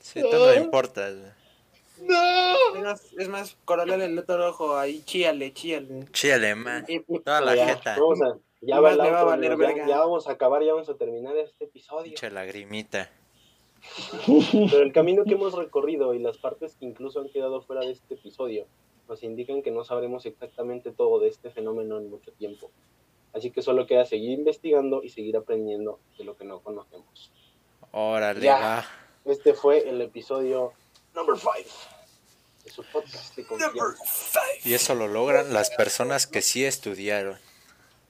Speaker 4: Sí, tú no importas. güey.
Speaker 2: no.
Speaker 5: Es más- Es más, corolale el otro ojo, ahí chíale, chíale.
Speaker 4: Chíale, man.
Speaker 5: Y- y-
Speaker 4: Toda la
Speaker 1: ya,
Speaker 4: jeta.
Speaker 1: Vamos a, ya
Speaker 5: Más
Speaker 1: va
Speaker 5: le
Speaker 1: el
Speaker 5: va a
Speaker 1: auto,
Speaker 5: valer
Speaker 1: amigos, ya,
Speaker 5: verga.
Speaker 1: ya vamos a acabar, ya vamos a terminar este episodio.
Speaker 4: Pinche lagrimita.
Speaker 1: Pero el camino que hemos recorrido y las partes que incluso han quedado fuera de este episodio nos indican que no sabremos exactamente todo de este fenómeno en mucho tiempo. Así que solo queda seguir investigando y seguir aprendiendo de lo que no conocemos.
Speaker 4: Órale,
Speaker 1: Ya.
Speaker 4: va.
Speaker 1: Este fue el episodio number 5 de su podcast de confianza.
Speaker 4: Y eso lo logran las personas que sí estudiaron.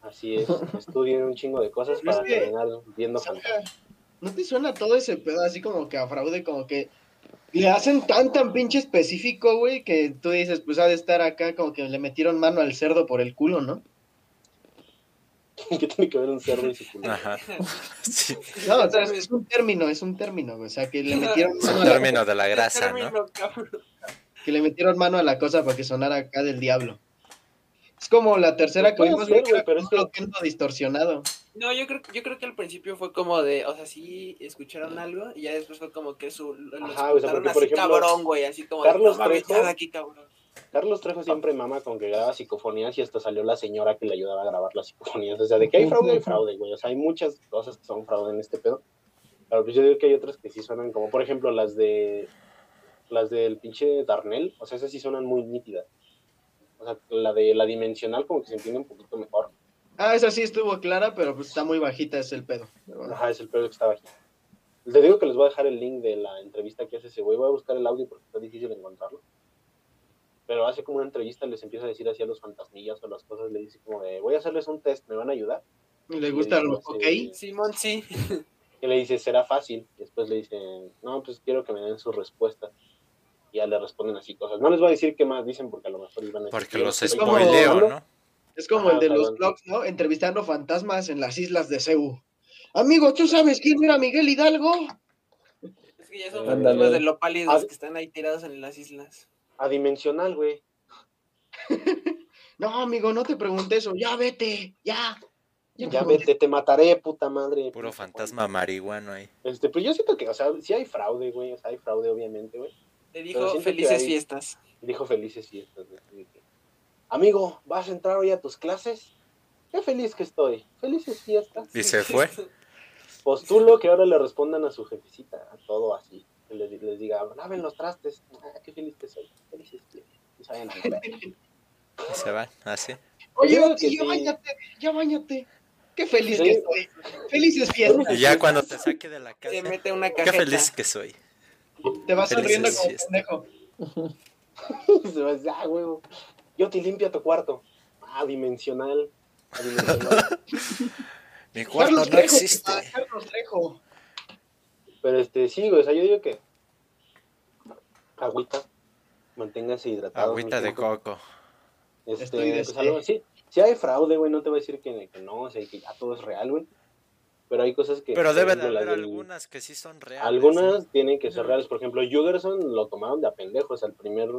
Speaker 1: Así es, estudien un chingo de cosas
Speaker 2: Pero es
Speaker 1: para
Speaker 2: que-
Speaker 1: terminar viendo fantasmas.
Speaker 2: ¿No te suena todo ese pedo así como que a fraude, como que le hacen tan tan pinche específico, güey, que tú dices, pues ha de estar acá como que le metieron mano al cerdo por el culo, ¿no?
Speaker 1: ¿Qué tiene que ver un cerdo y su culo?
Speaker 4: Ajá. Sí,
Speaker 2: No, o sea, es, es un término, es un término, güey, o sea, que le metieron
Speaker 4: es
Speaker 2: mano
Speaker 4: un
Speaker 2: a la-
Speaker 4: término de la grasa, ¿no?
Speaker 5: Término, cabrón.
Speaker 2: que le metieron mano a la cosa para que sonara acá del diablo. Es como la tercera que
Speaker 1: Pues Puede
Speaker 2: vimos,
Speaker 1: ser,
Speaker 2: güey, que
Speaker 1: güey,
Speaker 2: era
Speaker 1: pero
Speaker 2: un
Speaker 1: es que-
Speaker 2: loquendo distorsionado.
Speaker 5: No, yo creo, yo creo que al principio fue como de, o sea, sí escucharon algo y ya después fue como que su, lo
Speaker 1: Ajá, o sea,
Speaker 5: explotaron
Speaker 1: porque, por
Speaker 5: así
Speaker 1: ejemplo,
Speaker 5: cabrón, güey, así como de,
Speaker 1: Carlos
Speaker 5: no mames,
Speaker 1: Trejo-
Speaker 5: ya de aquí, cabrón.
Speaker 1: Carlos Trejo siempre mama con que graba psicofonías y hasta salió la señora que le ayudaba a grabar las psicofonías. O sea, de que hay fraude, hay fraude, güey. O sea, hay muchas cosas que son fraude en este pedo. Pero pues yo digo que hay otras que sí suenan como, por ejemplo, las de las del pinche Darnell. O sea, esas sí suenan muy nítidas. O sea, la de la dimensional como que se entiende un poquito mejor.
Speaker 2: Ah, esa sí estuvo clara, pero pues está muy bajita, es el pedo.
Speaker 1: Ajá, es el pedo que estaba aquí. Les digo que les voy a dejar el link de la entrevista que hace ese güey. Voy a buscar el audio porque está difícil encontrarlo. Pero hace como una entrevista, les empieza a decir así a los fantasmillas o las cosas. Le dice como de, voy a hacerles un test, ¿me van a ayudar?
Speaker 2: Y le gusta lo
Speaker 1: Sí.
Speaker 2: ok.
Speaker 5: Simón, sí.
Speaker 1: Y le dice, será fácil. Y después le dicen, no, pues quiero que me den sus respuestas. Y ya le responden así cosas. No les voy a decir qué más dicen porque a lo mejor iban a decir,
Speaker 4: Porque los
Speaker 1: "Oye,
Speaker 2: como-
Speaker 4: spoileo, ¿no?
Speaker 2: Es como
Speaker 1: Ajá,
Speaker 2: el de los
Speaker 1: perdón.
Speaker 2: blogs, ¿no? Entrevistando fantasmas en las islas de Cebu. Amigo, ¿tú sabes quién era Miguel Hidalgo?
Speaker 5: Es que ya son
Speaker 3: Ándale.
Speaker 5: los de lo pálidos
Speaker 1: Ah.
Speaker 5: que están ahí tirados en las islas.
Speaker 1: Adimensional, güey.
Speaker 2: No, amigo, no te pregunté eso. Ya vete, ya.
Speaker 1: Ya vete, te mataré, puta madre.
Speaker 4: Puro
Speaker 1: Pinche
Speaker 4: fantasma marihuano ahí.
Speaker 1: Este, pues yo siento que, o sea, sí hay fraude, güey. O sea, hay fraude, obviamente, güey.
Speaker 5: Te
Speaker 1: Pero
Speaker 5: dijo
Speaker 1: siento que
Speaker 5: felices
Speaker 1: ahí-
Speaker 5: fiestas.
Speaker 1: Dijo felices fiestas, güey. Así que, Amigo, ¿vas a entrar hoy a tus clases? Qué feliz que estoy. Felices fiestas.
Speaker 4: ¿Y se fue?
Speaker 1: Postulo que ahora le respondan a su jefecita, a todo así. Que les, les diga, laven los trastes. Ah, qué feliz que soy. Felices fiestas. Y se vayan a la verga.
Speaker 4: Y se van, así.
Speaker 1: Yo
Speaker 2: Oye,
Speaker 1: creo
Speaker 2: Oxi,
Speaker 1: que
Speaker 2: ya
Speaker 1: sí.
Speaker 2: bañate, ya bañate. Qué feliz
Speaker 1: Sí.
Speaker 2: que estoy. Felices fiestas.
Speaker 4: Y ya cuando te saque de la casa.
Speaker 5: Te mete una
Speaker 4: Qué
Speaker 5: cajeta.
Speaker 4: feliz que soy.
Speaker 2: Te vas
Speaker 4: Felices
Speaker 2: sonriendo como
Speaker 4: fiestas.
Speaker 2: pendejo.
Speaker 1: Se va a decir, ah, huevo. Yo te limpio tu cuarto. Ah, dimensional. Adimensional.
Speaker 4: Mi cuarto
Speaker 2: Carlos
Speaker 4: no
Speaker 2: Trejo.
Speaker 4: existe.
Speaker 2: ah, Carlos Trejo.
Speaker 1: Pero este, sí, güey. O sea, yo digo que. Agüita. Manténgase hidratado.
Speaker 4: Agüita de
Speaker 1: manténgase-
Speaker 4: coco.
Speaker 1: Este,
Speaker 2: Estoy de
Speaker 1: pues,
Speaker 2: este.
Speaker 1: algo así. Si hay fraude, güey, no te voy a decir que, que no, o sea, que ya todo es real, güey. Pero hay cosas que.
Speaker 4: Pero
Speaker 1: por
Speaker 4: debe de
Speaker 1: ejemplo, la
Speaker 4: haber
Speaker 1: del-
Speaker 4: algunas que sí son reales.
Speaker 1: Algunas tienen que ser reales. Por ejemplo, Jugerson lo tomaron de a pendejo. O sea, el primer,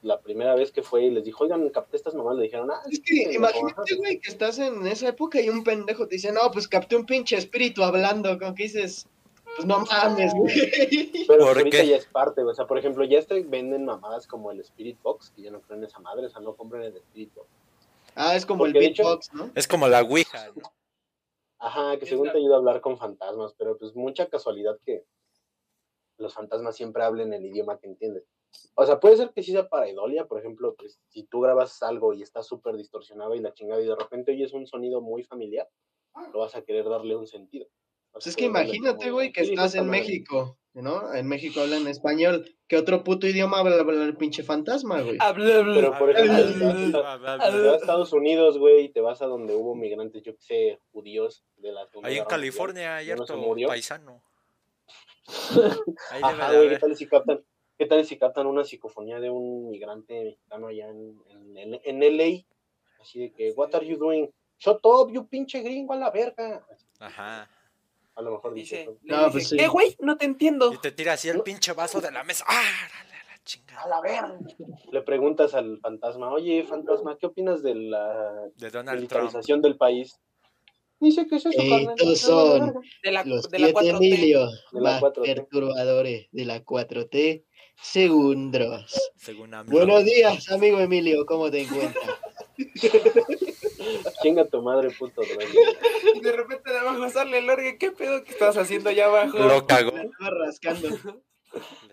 Speaker 1: la primera vez que fue y les dijo, oigan, capté estas mamás, le dijeron, ah,
Speaker 2: Es
Speaker 1: sí,
Speaker 2: que imagínate, güey, que estás en esa época y un pendejo te dice, no, pues capté un pinche espíritu hablando. Como que dices, pues no mames, güey.
Speaker 1: Pero pues,
Speaker 4: ¿Por
Speaker 1: ahorita
Speaker 4: qué?
Speaker 1: ya es parte, o sea, por ejemplo, ya este venden mamadas como el Spirit Box, que yo no creo en esa madre, o sea, no compren el Spirit Box.
Speaker 2: Ah, es como el
Speaker 1: Porque de hecho-
Speaker 2: beatbox, ¿no?
Speaker 4: Es como la Ouija, ¿no?
Speaker 1: Ajá, que
Speaker 5: Es
Speaker 1: según
Speaker 5: la-
Speaker 1: te ayuda a hablar con fantasmas, pero pues mucha casualidad que los fantasmas siempre hablen el idioma que entiendes. O sea, puede ser que sí sea pareidolia, por ejemplo, pues, si tú grabas algo y está súper distorsionado y la chingada y de repente oyes un sonido muy familiar, lo vas a querer darle un sentido. Vas
Speaker 2: Ah. Pues
Speaker 1: a
Speaker 2: es que
Speaker 1: querer darle
Speaker 2: imagínate,
Speaker 1: como,
Speaker 2: güey, que
Speaker 1: "Sí,
Speaker 2: estás
Speaker 1: esta
Speaker 2: en
Speaker 1: madre".
Speaker 2: México, ¿no? En México hablan español. ¿Qué otro puto idioma habla, habla el pinche fantasma, güey?
Speaker 5: Habla, habla.
Speaker 1: Pero, por ejemplo, Te vas a Estados Unidos, güey, y te vas a donde hubo migrantes, yo que sé, judíos de la Segunda
Speaker 4: Ahí en
Speaker 1: Guerra Mundial.
Speaker 4: California hay
Speaker 1: ¿Uno se
Speaker 4: harto
Speaker 1: murió?
Speaker 4: paisano. Ahí debe
Speaker 1: Ajá,
Speaker 4: de
Speaker 1: güey, ¿qué
Speaker 4: haber.
Speaker 1: tal si captan? ¿Qué tal si captan una psicofonía de un migrante mexicano allá en, en, L- en LA? Así de que, what are you doing? Shut up, you pinche gringo a la verga.
Speaker 4: Ajá.
Speaker 1: A lo mejor dice,
Speaker 5: Dice,
Speaker 1: eso.
Speaker 5: le
Speaker 2: No,
Speaker 5: dice,
Speaker 2: pues sí.
Speaker 5: ¿qué, güey? No te entiendo.
Speaker 4: Y te tira así el pinche vaso de la mesa. ¡Ah! dale a la
Speaker 1: a
Speaker 4: chingada!
Speaker 1: la verga. Le preguntas al fantasma, oye, fantasma, ¿qué opinas de la
Speaker 4: De Donald Trump.
Speaker 1: militarización del país? Dice que es
Speaker 2: pues,
Speaker 1: eso, carnal.
Speaker 2: Estos
Speaker 1: Me vale
Speaker 2: son
Speaker 1: verga.
Speaker 5: De la,
Speaker 2: Los
Speaker 5: de la
Speaker 2: siete
Speaker 5: 4T.
Speaker 2: Emilio
Speaker 1: De la
Speaker 2: más
Speaker 1: 4T.
Speaker 2: perturbadores de la 4T segundos.
Speaker 4: Según AMLO.
Speaker 2: Buenos días, amigo Emilio, ¿cómo te encuentras?
Speaker 1: Chinga tu madre, puto duende.
Speaker 5: Y de repente de abajo sale el orgue. ¿Qué pedo que estabas haciendo allá abajo?
Speaker 4: Lo cagó.
Speaker 2: Estaba rascando.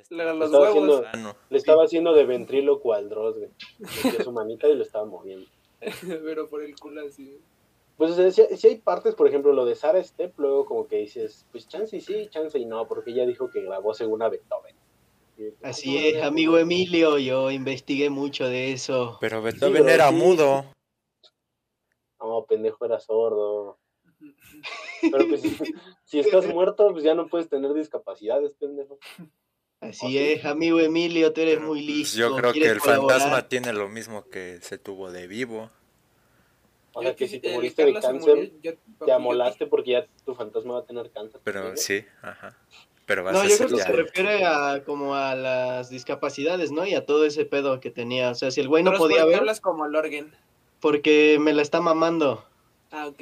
Speaker 5: Le- Los
Speaker 1: Estaba haciendo-
Speaker 5: huevos.
Speaker 4: Ah, no.
Speaker 1: Le estaba haciendo de ventríloco al Dross, güey. Metía su manita y lo estaba moviendo.
Speaker 5: Pero por el culo así.
Speaker 1: Pues o sea, si, si hay partes, por ejemplo, lo de Sara Step, luego como que dices, pues chance y sí, chance y no, porque ella dijo que grabó según a Beethoven. Y- "Pues,
Speaker 2: Así es, amigo Em-". Emilio, yo investigué mucho de eso.
Speaker 4: Pero
Speaker 1: Sí,
Speaker 4: Beethoven
Speaker 1: pero
Speaker 4: era
Speaker 1: sí.
Speaker 4: mudo.
Speaker 1: No, pendejo, era sordo. Pero pues si, si estás muerto, pues ya no puedes tener discapacidades, pendejo.
Speaker 2: Así es, amigo Emilio, tú eres muy
Speaker 4: Pues
Speaker 2: listo.
Speaker 4: Yo creo que
Speaker 2: ¿quieres
Speaker 4: el
Speaker 2: colaborar?
Speaker 4: fantasma tiene lo mismo que se tuvo de vivo.
Speaker 1: O sea,
Speaker 5: Yo
Speaker 1: que
Speaker 5: quis-
Speaker 1: si te
Speaker 5: el
Speaker 1: moriste de
Speaker 5: Carlos se
Speaker 1: cáncer,
Speaker 5: murió, yo- papi,
Speaker 1: te
Speaker 5: yo
Speaker 1: amolaste porque ya tu fantasma va a tener cáncer. Pues,
Speaker 4: Pero
Speaker 1: pendejo.
Speaker 4: sí, ajá. Pero vas
Speaker 2: No,
Speaker 4: a
Speaker 2: yo creo
Speaker 4: ser
Speaker 2: que se
Speaker 4: ya.
Speaker 2: refiere a como a las discapacidades, ¿no? Y a todo ese pedo que tenía. O sea, si el güey no
Speaker 5: Pero es
Speaker 2: podía
Speaker 5: porque
Speaker 2: ver,
Speaker 5: hablas como Lorgen.
Speaker 2: porque me la está mamando.
Speaker 5: Ah, ok.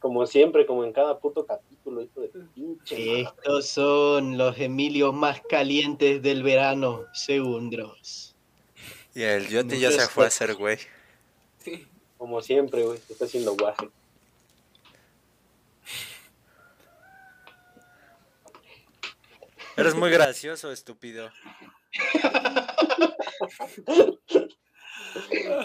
Speaker 1: Como siempre, como en cada puto capítulo, hijo de pinche. madre.
Speaker 2: Estos son los Emilios más calientes del verano, segundos.
Speaker 4: Y el Yoti ya se
Speaker 2: Muchas
Speaker 4: fue a
Speaker 2: cosas.
Speaker 4: hacer güey.
Speaker 5: Sí.
Speaker 1: Como siempre, güey, se está haciendo guaje.
Speaker 4: Eres muy gracioso, estúpido.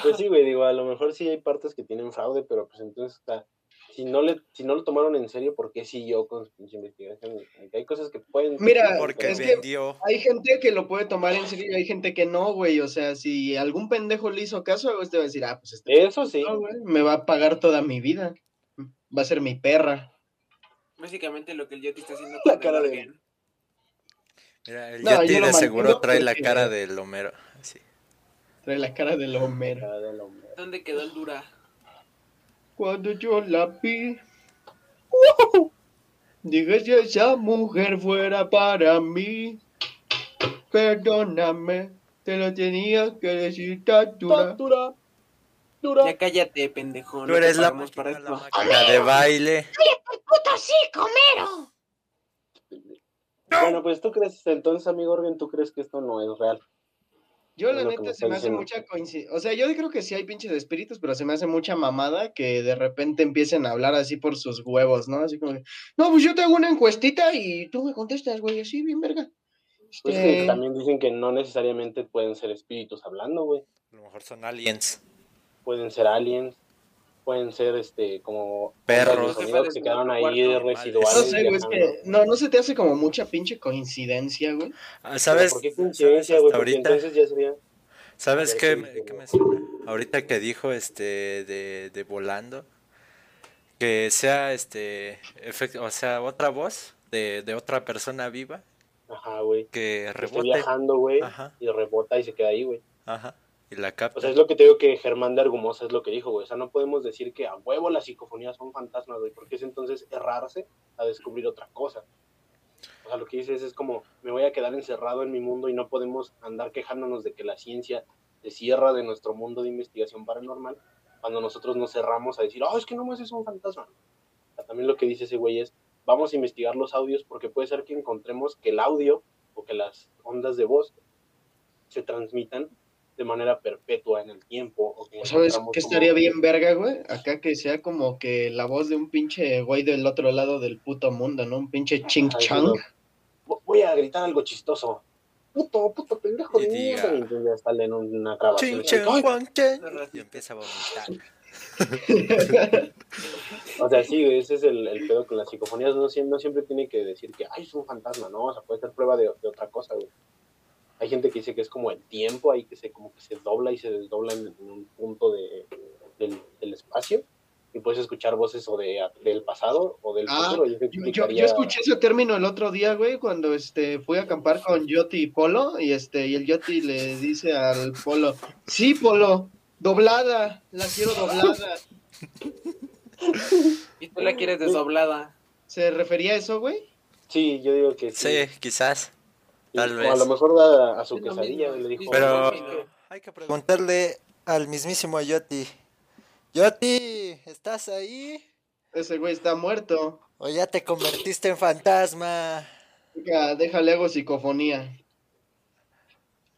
Speaker 1: Pues sí, güey, digo, a lo mejor sí hay partes que tienen fraude, pero pues entonces está. Si no, le, si no lo tomaron en serio, ¿por qué siguió con su pinche investigación? Como que Hay cosas que pueden.
Speaker 2: Mira,
Speaker 4: Porque
Speaker 2: es que-
Speaker 4: vendió.
Speaker 2: Hay gente que lo puede tomar en serio y hay gente que no, güey. O sea, si algún pendejo le hizo caso, güey, este va a decir, ah, pues este
Speaker 1: Eso sí.
Speaker 2: no, güey, me va a pagar toda mi vida. Va a ser mi perra.
Speaker 5: Básicamente lo que el Yeti está haciendo
Speaker 1: La
Speaker 5: con el
Speaker 1: cara de-
Speaker 5: Lorgen.
Speaker 4: Mira, el
Speaker 2: No,
Speaker 4: Yeti
Speaker 2: yo lo
Speaker 4: de seguro
Speaker 2: mantengo
Speaker 4: trae la
Speaker 2: porque-
Speaker 4: cara del Homero. así.
Speaker 2: Trae la cara del Homero.
Speaker 1: Cada del hombre.
Speaker 5: ¿Dónde quedó el Dura?
Speaker 2: Cuando yo la vi. Dije si esa mujer fuera para mí, perdóname, te lo tenía que decir Tatura.
Speaker 1: Dura, dura.
Speaker 5: Ya cállate, pendejo.
Speaker 4: Tú
Speaker 5: te
Speaker 4: eres la
Speaker 5: pagamos para
Speaker 4: máquina, la
Speaker 5: esto.
Speaker 4: máquina de baile.
Speaker 6: puto sí, comero.
Speaker 1: Bueno, pues tú crees, entonces, amigo Orgen, tú crees que esto no es real.
Speaker 2: Yo
Speaker 1: Es
Speaker 2: la
Speaker 1: lo que me
Speaker 2: neta se
Speaker 1: está
Speaker 2: me hace
Speaker 1: diciendo.
Speaker 2: mucha coincidencia. O sea, yo creo que sí hay pinches espíritus, pero se me hace mucha mamada que de repente empiecen a hablar así por sus huevos, ¿no? Así como que, no, pues yo te hago una encuestita y tú me contestas, güey, así bien verga.
Speaker 1: Pues
Speaker 2: Este,
Speaker 1: que también dicen que no necesariamente pueden ser espíritus hablando, güey.
Speaker 4: A lo mejor son aliens.
Speaker 1: Pueden ser aliens, pueden ser este como
Speaker 4: Perros.
Speaker 1: los sonidos que se quedaron ahí
Speaker 5: Cuarto,
Speaker 1: residuales.
Speaker 2: No sé, güey, es
Speaker 1: viajando.
Speaker 2: que no, no se te hace como mucha pinche coincidencia, güey.
Speaker 4: Ah, ¿Sabes?
Speaker 1: ¿Por qué
Speaker 4: ¿Sabes
Speaker 1: coincidencia,
Speaker 4: hasta
Speaker 1: güey? Porque
Speaker 4: ahorita?
Speaker 1: entonces ya sería.
Speaker 4: ¿Sabes
Speaker 1: Ya
Speaker 4: qué,
Speaker 1: sí,
Speaker 4: me-
Speaker 1: como-
Speaker 4: qué me suena? Ahorita que dijo este de, de volando, que sea este, efect- o sea, otra voz de, de otra persona viva
Speaker 1: Ajá, güey. Este
Speaker 4: que
Speaker 1: Que Esté
Speaker 4: rebote,
Speaker 1: viajando, güey,
Speaker 4: Ajá.
Speaker 1: y rebota y se queda ahí, güey.
Speaker 4: ajá, y la
Speaker 1: O
Speaker 4: capta.
Speaker 1: sea, es lo que te digo que Germán de Argumosa es lo que dijo, güey. O sea, no podemos decir que a huevo las psicofonías son fantasmas, güey, porque es entonces errarse a descubrir otra cosa. O sea, lo que dices es como, me voy a quedar encerrado en mi mundo y no podemos andar quejándonos de que la ciencia se cierra de nuestro mundo de investigación paranormal cuando nosotros nos cerramos a decir, oh, es que no más es un fantasma. O sea, también lo que dice ese güey es, vamos a investigar los audios porque puede ser que encontremos que el audio o que las ondas de voz se transmitan de manera perpetua en el tiempo. O que
Speaker 2: ¿Sabes
Speaker 1: encontramos
Speaker 2: qué
Speaker 1: como-
Speaker 2: estaría bien verga, güey? Acá que sea como que la voz de un pinche güey del otro lado del puto mundo, ¿no? Un pinche ching
Speaker 1: Ay,
Speaker 2: chang.
Speaker 1: güey. Vo- Voy a gritar algo chistoso. Puto, puto pendejo
Speaker 4: Y
Speaker 1: de
Speaker 4: diga,
Speaker 1: mierda. Y entonces ya sale en una grabación.
Speaker 4: Chin, chin,
Speaker 1: Ay,
Speaker 4: guan, chin.
Speaker 5: Ay.
Speaker 4: Y empieza a vomitar.
Speaker 1: O sea, sí, güey, ese es el, el pedo con las psicofonías. No, sie- no siempre tiene que decir que, ay, es un fantasma, ¿no? O sea, puede ser prueba de, de otra cosa, güey. Hay gente que dice que es como el tiempo, ahí que se como que se dobla y se desdobla en, en un punto de, del, del espacio. Y puedes escuchar voces o de, del pasado o del
Speaker 2: Ah,
Speaker 1: futuro. y eso
Speaker 2: Yo, yo- yo
Speaker 1: implicaría-
Speaker 2: escuché ese término el otro día, güey, cuando este fui a acampar con Yoti y Polo, y este, y el Yoti le dice al Polo, sí, Polo, doblada, la quiero doblada.
Speaker 5: Y tú la quieres desdoblada.
Speaker 2: ¿Se refería a eso, güey?
Speaker 1: Sí, yo digo que sí.
Speaker 4: Sí, quizás.
Speaker 1: Y
Speaker 4: tal
Speaker 1: o
Speaker 4: vez.
Speaker 1: A lo mejor da a su
Speaker 5: Es lo
Speaker 1: quesadilla
Speaker 5: mismo,
Speaker 1: y le dijo,
Speaker 4: Pero
Speaker 5: Sí, no.
Speaker 4: hay que preguntarle al mismísimo Yoti. Yoti, ¿estás ahí?
Speaker 2: Ese güey está muerto.
Speaker 4: ¿O ya te convertiste en fantasma?
Speaker 2: Venga, déjale hago psicofonía.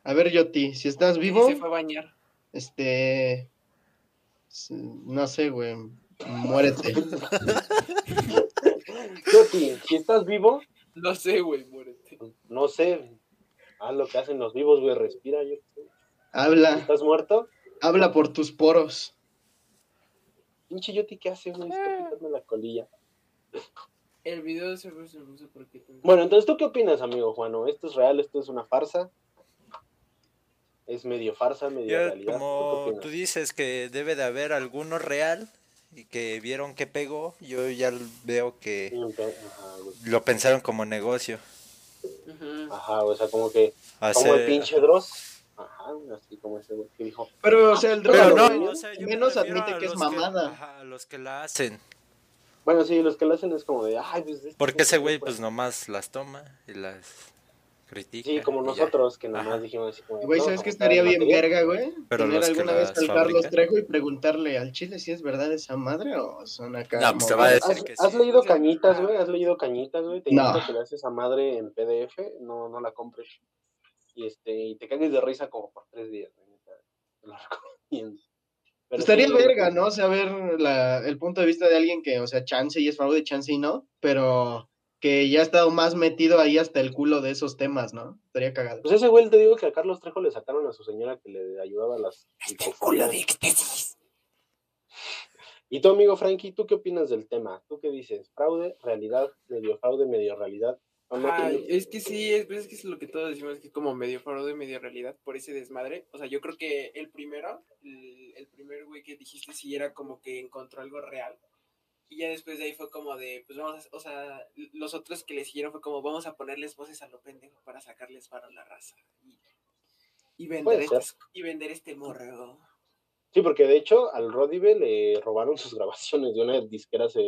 Speaker 2: A ver, Yoti, si estás vivo,
Speaker 5: Y se fue a bañar.
Speaker 2: este, s- no sé, güey, muérete.
Speaker 1: Yoti, si estás vivo,
Speaker 5: No sé, güey, muérete.
Speaker 1: no sé. Haz lo que hacen los vivos, güey, respira. Yo,
Speaker 2: Habla,
Speaker 1: ¿Estás muerto?
Speaker 2: habla por tus poros.
Speaker 1: Pinche Yoti, ¿qué hace, güey?
Speaker 4: Ah.
Speaker 1: Está picando la colilla.
Speaker 5: El video se fue, se puso porque...
Speaker 1: Bueno, entonces, ¿tú qué opinas, amigo Juano? ¿Esto es real? ¿Esto es una farsa? ¿Es medio farsa, medio realidad? ¿Tú qué
Speaker 4: como
Speaker 1: opinas?
Speaker 4: tú dices que debe de haber alguno real y que vieron que pegó, yo ya veo que
Speaker 1: Ajá, güey.
Speaker 4: lo pensaron como negocio.
Speaker 5: Ujú.
Speaker 1: Ajá, o sea, como que... Como el
Speaker 4: Hacer-
Speaker 1: pinche Dross. Ajá, así como ese güey que dijo.
Speaker 2: Pero, o sea, el
Speaker 4: Pero
Speaker 2: droga
Speaker 4: no,
Speaker 2: güey,
Speaker 4: o sea, yo me
Speaker 2: menos
Speaker 4: refiero
Speaker 2: admite
Speaker 4: a
Speaker 2: que es
Speaker 4: los
Speaker 2: mamada.
Speaker 4: ajá, a los que la hacen.
Speaker 1: Bueno, sí, los que lo hacen es como de... Ay, pues, este
Speaker 4: Porque ese güey
Speaker 1: fue".
Speaker 4: pues nomás las toma y las critica.
Speaker 1: Sí, como
Speaker 4: y ya.
Speaker 1: nosotros, que nomás
Speaker 4: Ajá.
Speaker 1: dijimos así como...
Speaker 2: Güey,
Speaker 1: "No,
Speaker 2: ¿sabes qué
Speaker 1: como
Speaker 2: estaría
Speaker 1: tal
Speaker 2: bien
Speaker 1: material".
Speaker 2: verga, güey?
Speaker 4: Pero
Speaker 2: Tener
Speaker 4: los que
Speaker 2: alguna vez
Speaker 4: las
Speaker 2: al Carlos
Speaker 4: fabrican.
Speaker 2: Trejo y preguntarle al chile si es verdad esa madre o son acá.
Speaker 4: No, pues, te
Speaker 2: como-
Speaker 4: va a
Speaker 1: ¿Has,
Speaker 4: decir que
Speaker 1: has
Speaker 4: sí.
Speaker 1: leído cañitas, güey? ¿Has leído cañitas, güey? Te
Speaker 2: No.
Speaker 1: invito a que leas esa madre en PDF, no, no la compres. Y este, y te cagues de risa como por tres días, güey. neta, Te lo recomiendo. Pero
Speaker 2: Estaría
Speaker 1: sí,
Speaker 2: verga, ¿no? Saber la, el punto de vista de alguien que, o sea, chance y es fraude, chance y no, pero que ya ha estado más metido ahí hasta el culo de esos temas, ¿no? Estaría cagado.
Speaker 1: Pues ese güey te digo que a Carlos Trejo le sacaron a su señora que le ayudaba a las.
Speaker 5: Este culo de éxtasis.
Speaker 1: Y tu amigo Frankie, ¿tú qué opinas del tema? ¿Tú qué dices? ¿Fraude, realidad, medio fraude, medio realidad? ¿O no
Speaker 5: Ay,
Speaker 1: opinas?
Speaker 5: es que sí, es, pues es que es lo que todos decimos, que es como medio faro de medio realidad por ese desmadre. O sea, yo creo que el primero, el, el primer güey que dijiste sí era como que encontró algo real. Y ya después de ahí fue como de, pues vamos a, o sea, los otros que le siguieron fue como, vamos a ponerles voces a lo pendejo para sacarles para a la raza. Y, y vender,
Speaker 1: Puede ser.
Speaker 5: estas- y vender este morro.
Speaker 1: Sí, porque de hecho al Rodive le robaron sus grabaciones de una disquera se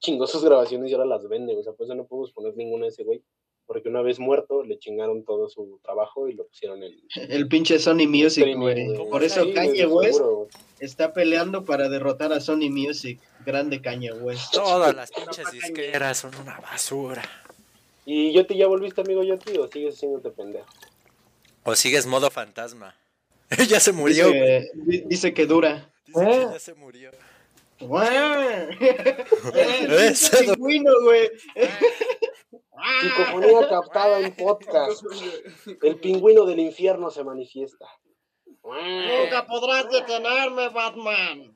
Speaker 1: chingó sus grabaciones y ahora las vende, o sea, pues no podemos poner ninguna de ese güey, porque una vez muerto le chingaron todo su trabajo y lo pusieron en...
Speaker 2: El pinche Sony Music,
Speaker 1: streaming,
Speaker 2: güey.
Speaker 1: güey.
Speaker 2: Por
Speaker 1: Sí,
Speaker 2: eso
Speaker 1: güey,
Speaker 2: Kanye
Speaker 1: seguro,
Speaker 2: West
Speaker 1: güey.
Speaker 2: está peleando para derrotar a Sony Music. Grande Kanye West.
Speaker 4: Todas las pinches disqueras son una basura.
Speaker 1: ¿Y yo te ya volviste amigo yo tío? ¿Sigues haciéndote pendejo?
Speaker 4: O sigues modo fantasma. ya se murió. güey.
Speaker 2: Dice, di- dice que dura.
Speaker 4: Dice que
Speaker 3: ¿Eh?
Speaker 4: ya se murió.
Speaker 2: ¡Guau!
Speaker 4: Eh,
Speaker 2: ¡Es
Speaker 4: ese no-
Speaker 2: pingüino, güey!
Speaker 1: Psicofonía captada en podcast. El pingüino del infierno se manifiesta.
Speaker 2: ¡Nunca podrás detenerme, Batman!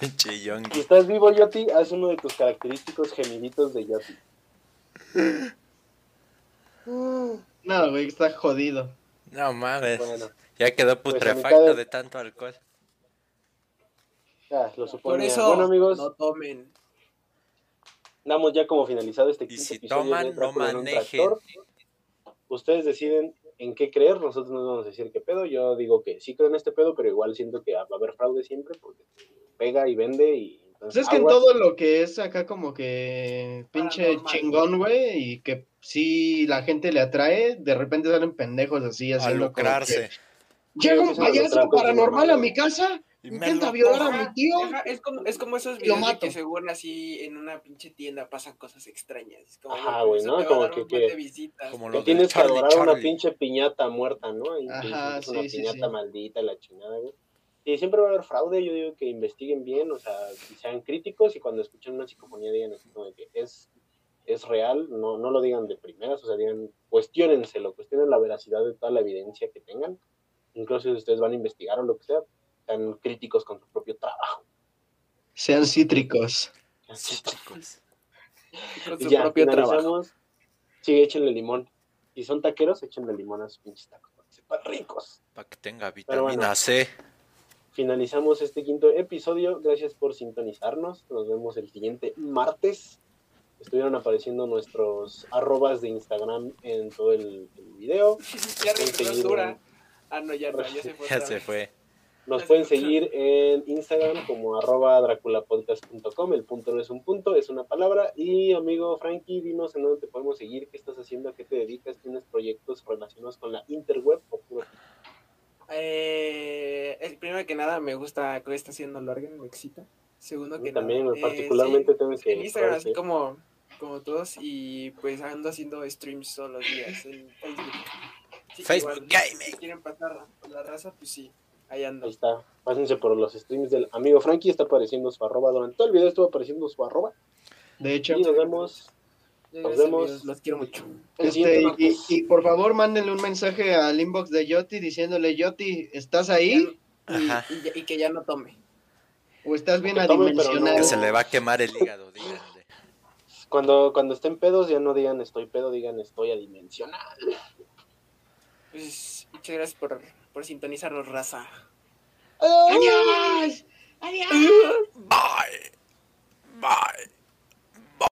Speaker 4: Pinche
Speaker 1: Si
Speaker 4: Yongi.
Speaker 1: estás vivo, Yoti, haz uno de tus característicos gemiditos de Yoti.
Speaker 2: No, güey, está jodido.
Speaker 4: No mames.
Speaker 1: Bueno,
Speaker 4: Ya quedó
Speaker 1: Pues a
Speaker 4: putrefacto
Speaker 1: mitad de-
Speaker 4: de tanto alcohol.
Speaker 1: ya, lo
Speaker 5: Por
Speaker 1: suponía.
Speaker 5: eso,
Speaker 1: Bueno, amigos,
Speaker 5: no tomen.
Speaker 1: damos ya como finalizado este
Speaker 4: Y
Speaker 1: quinto
Speaker 4: si
Speaker 1: episodio
Speaker 4: toman,
Speaker 1: de
Speaker 4: no
Speaker 1: Drácula en un
Speaker 4: manejen.
Speaker 1: tractor. Ustedes deciden en qué creer, nosotros no vamos a decir qué pedo. Yo digo que sí creo en este pedo, pero igual siento que va a haber fraude siempre porque pega y vende y...
Speaker 2: Pues
Speaker 1: entonces,
Speaker 2: es que en
Speaker 1: aguas.
Speaker 2: todo lo que es acá como que pinche
Speaker 5: Paranormal.
Speaker 2: chingón, güey, y que sí la gente le atrae, de repente salen pendejos así
Speaker 4: A
Speaker 2: haciendo como
Speaker 4: lucrarse.
Speaker 2: que, Llega
Speaker 1: Creo
Speaker 2: un
Speaker 1: que son los
Speaker 2: payaso
Speaker 1: tratos
Speaker 2: paranormal a
Speaker 1: normales.
Speaker 2: mi casa,
Speaker 4: Y me
Speaker 2: intenta
Speaker 4: lo-
Speaker 2: violar
Speaker 5: Ajá,
Speaker 2: a mi tío.
Speaker 5: ajá, es, como, es como esos
Speaker 2: Lo
Speaker 5: videos de
Speaker 2: mato.
Speaker 5: que según así en una pinche tienda pasan cosas extrañas. Es como,
Speaker 1: Ajá,
Speaker 5: güey,
Speaker 1: güey,
Speaker 5: eso
Speaker 1: ¿no?
Speaker 5: te va a
Speaker 1: Como
Speaker 5: dar
Speaker 1: que-
Speaker 5: un buen
Speaker 1: que-
Speaker 5: de visitas.
Speaker 4: Como
Speaker 1: Que
Speaker 4: lo de
Speaker 1: tienes que
Speaker 4: Charlie
Speaker 1: adorar una
Speaker 4: Charlie.
Speaker 1: pinche piñata muerta, ¿no? Y que
Speaker 2: Ajá,
Speaker 1: es una
Speaker 2: sí, sí,
Speaker 1: piñata
Speaker 2: sí.
Speaker 1: maldita, la chingada, güey. Y siempre va a haber fraude, yo digo que investiguen bien, o sea, y sean críticos y cuando escuchen una psicofonía digan así como de que es, es real, no, no lo digan de primeras, o sea, digan, cuestionenselo, cuestionen la veracidad de toda la evidencia que tengan, incluso si ustedes van a investigar o lo que sea, sean críticos con su propio trabajo.
Speaker 2: Sean cítricos.
Speaker 4: Sí, chicos.
Speaker 5: Con
Speaker 1: Y
Speaker 5: su
Speaker 1: ya,
Speaker 5: propio trabajo.
Speaker 1: finalizamos. Sí, échenle limón. Si son taqueros, échenle limón a sus pinches tacos, para que sepan ricos.
Speaker 4: Para que tenga
Speaker 1: Pero
Speaker 4: vitamina
Speaker 1: bueno.
Speaker 4: C.
Speaker 1: finalizamos este quinto episodio. Gracias por sintonizarnos. Nos vemos el siguiente martes. Estuvieron apareciendo nuestros arrobas de Instagram en todo el, el video.
Speaker 5: Ya regresó
Speaker 1: Seguido.
Speaker 5: Sura. Ah, no, ya no, ya se fue.
Speaker 4: Ya
Speaker 5: otra
Speaker 4: se
Speaker 5: vez.
Speaker 4: fue.
Speaker 1: Nos pueden seguir en Instagram como arroba draculapodcast.com. El punto no es un punto, es una palabra. Y amigo Frankie, dinos en dónde te podemos seguir, qué estás haciendo, a qué te dedicas, tienes proyectos relacionados con la interweb o puro-
Speaker 5: Eh, el- primero que nada, me gusta que está haciendo Lorgan, me excita. Segundo que
Speaker 1: También,
Speaker 5: nada, eh,
Speaker 1: particularmente, tengo
Speaker 5: sí,
Speaker 1: que.
Speaker 5: en Instagram,
Speaker 1: probar
Speaker 5: así
Speaker 1: que-
Speaker 5: como, como todos, y pues ando haciendo streams todos los días en Facebook. Sí,
Speaker 4: Facebook
Speaker 5: igual,
Speaker 4: Gaming.
Speaker 5: Si quieren pasar la raza, pues sí, ahí ando.
Speaker 1: Ahí está. Pásense por los streams del amigo Frankie. Está apareciendo su arroba. Durante todo el video estuvo apareciendo su arroba.
Speaker 2: De hecho,
Speaker 1: Y nos vemos.
Speaker 5: Gracias,
Speaker 1: vemos.
Speaker 5: amigos, Los quiero mucho.
Speaker 1: El
Speaker 2: este,
Speaker 1: siguiente
Speaker 2: y,
Speaker 1: martes.
Speaker 2: y por favor mándenle un mensaje al inbox de Yoti diciéndole, Yoti, ¿estás ahí?
Speaker 5: Y,
Speaker 4: Ajá.
Speaker 5: y ya- y que ya no tome.
Speaker 2: ¿O estás bien
Speaker 1: Que tome, pero
Speaker 2: adimensionado?
Speaker 4: Que
Speaker 1: no-
Speaker 4: se le va a quemar el hígado, díganle.
Speaker 1: Cuando, cuando estén pedos, ya no digan estoy pedo, digan estoy adimensional.
Speaker 5: Pues, muchas gracias por, por sintonizarnos, raza.
Speaker 6: ¡Adiós! ¡Adiós!
Speaker 4: Bye. Bye.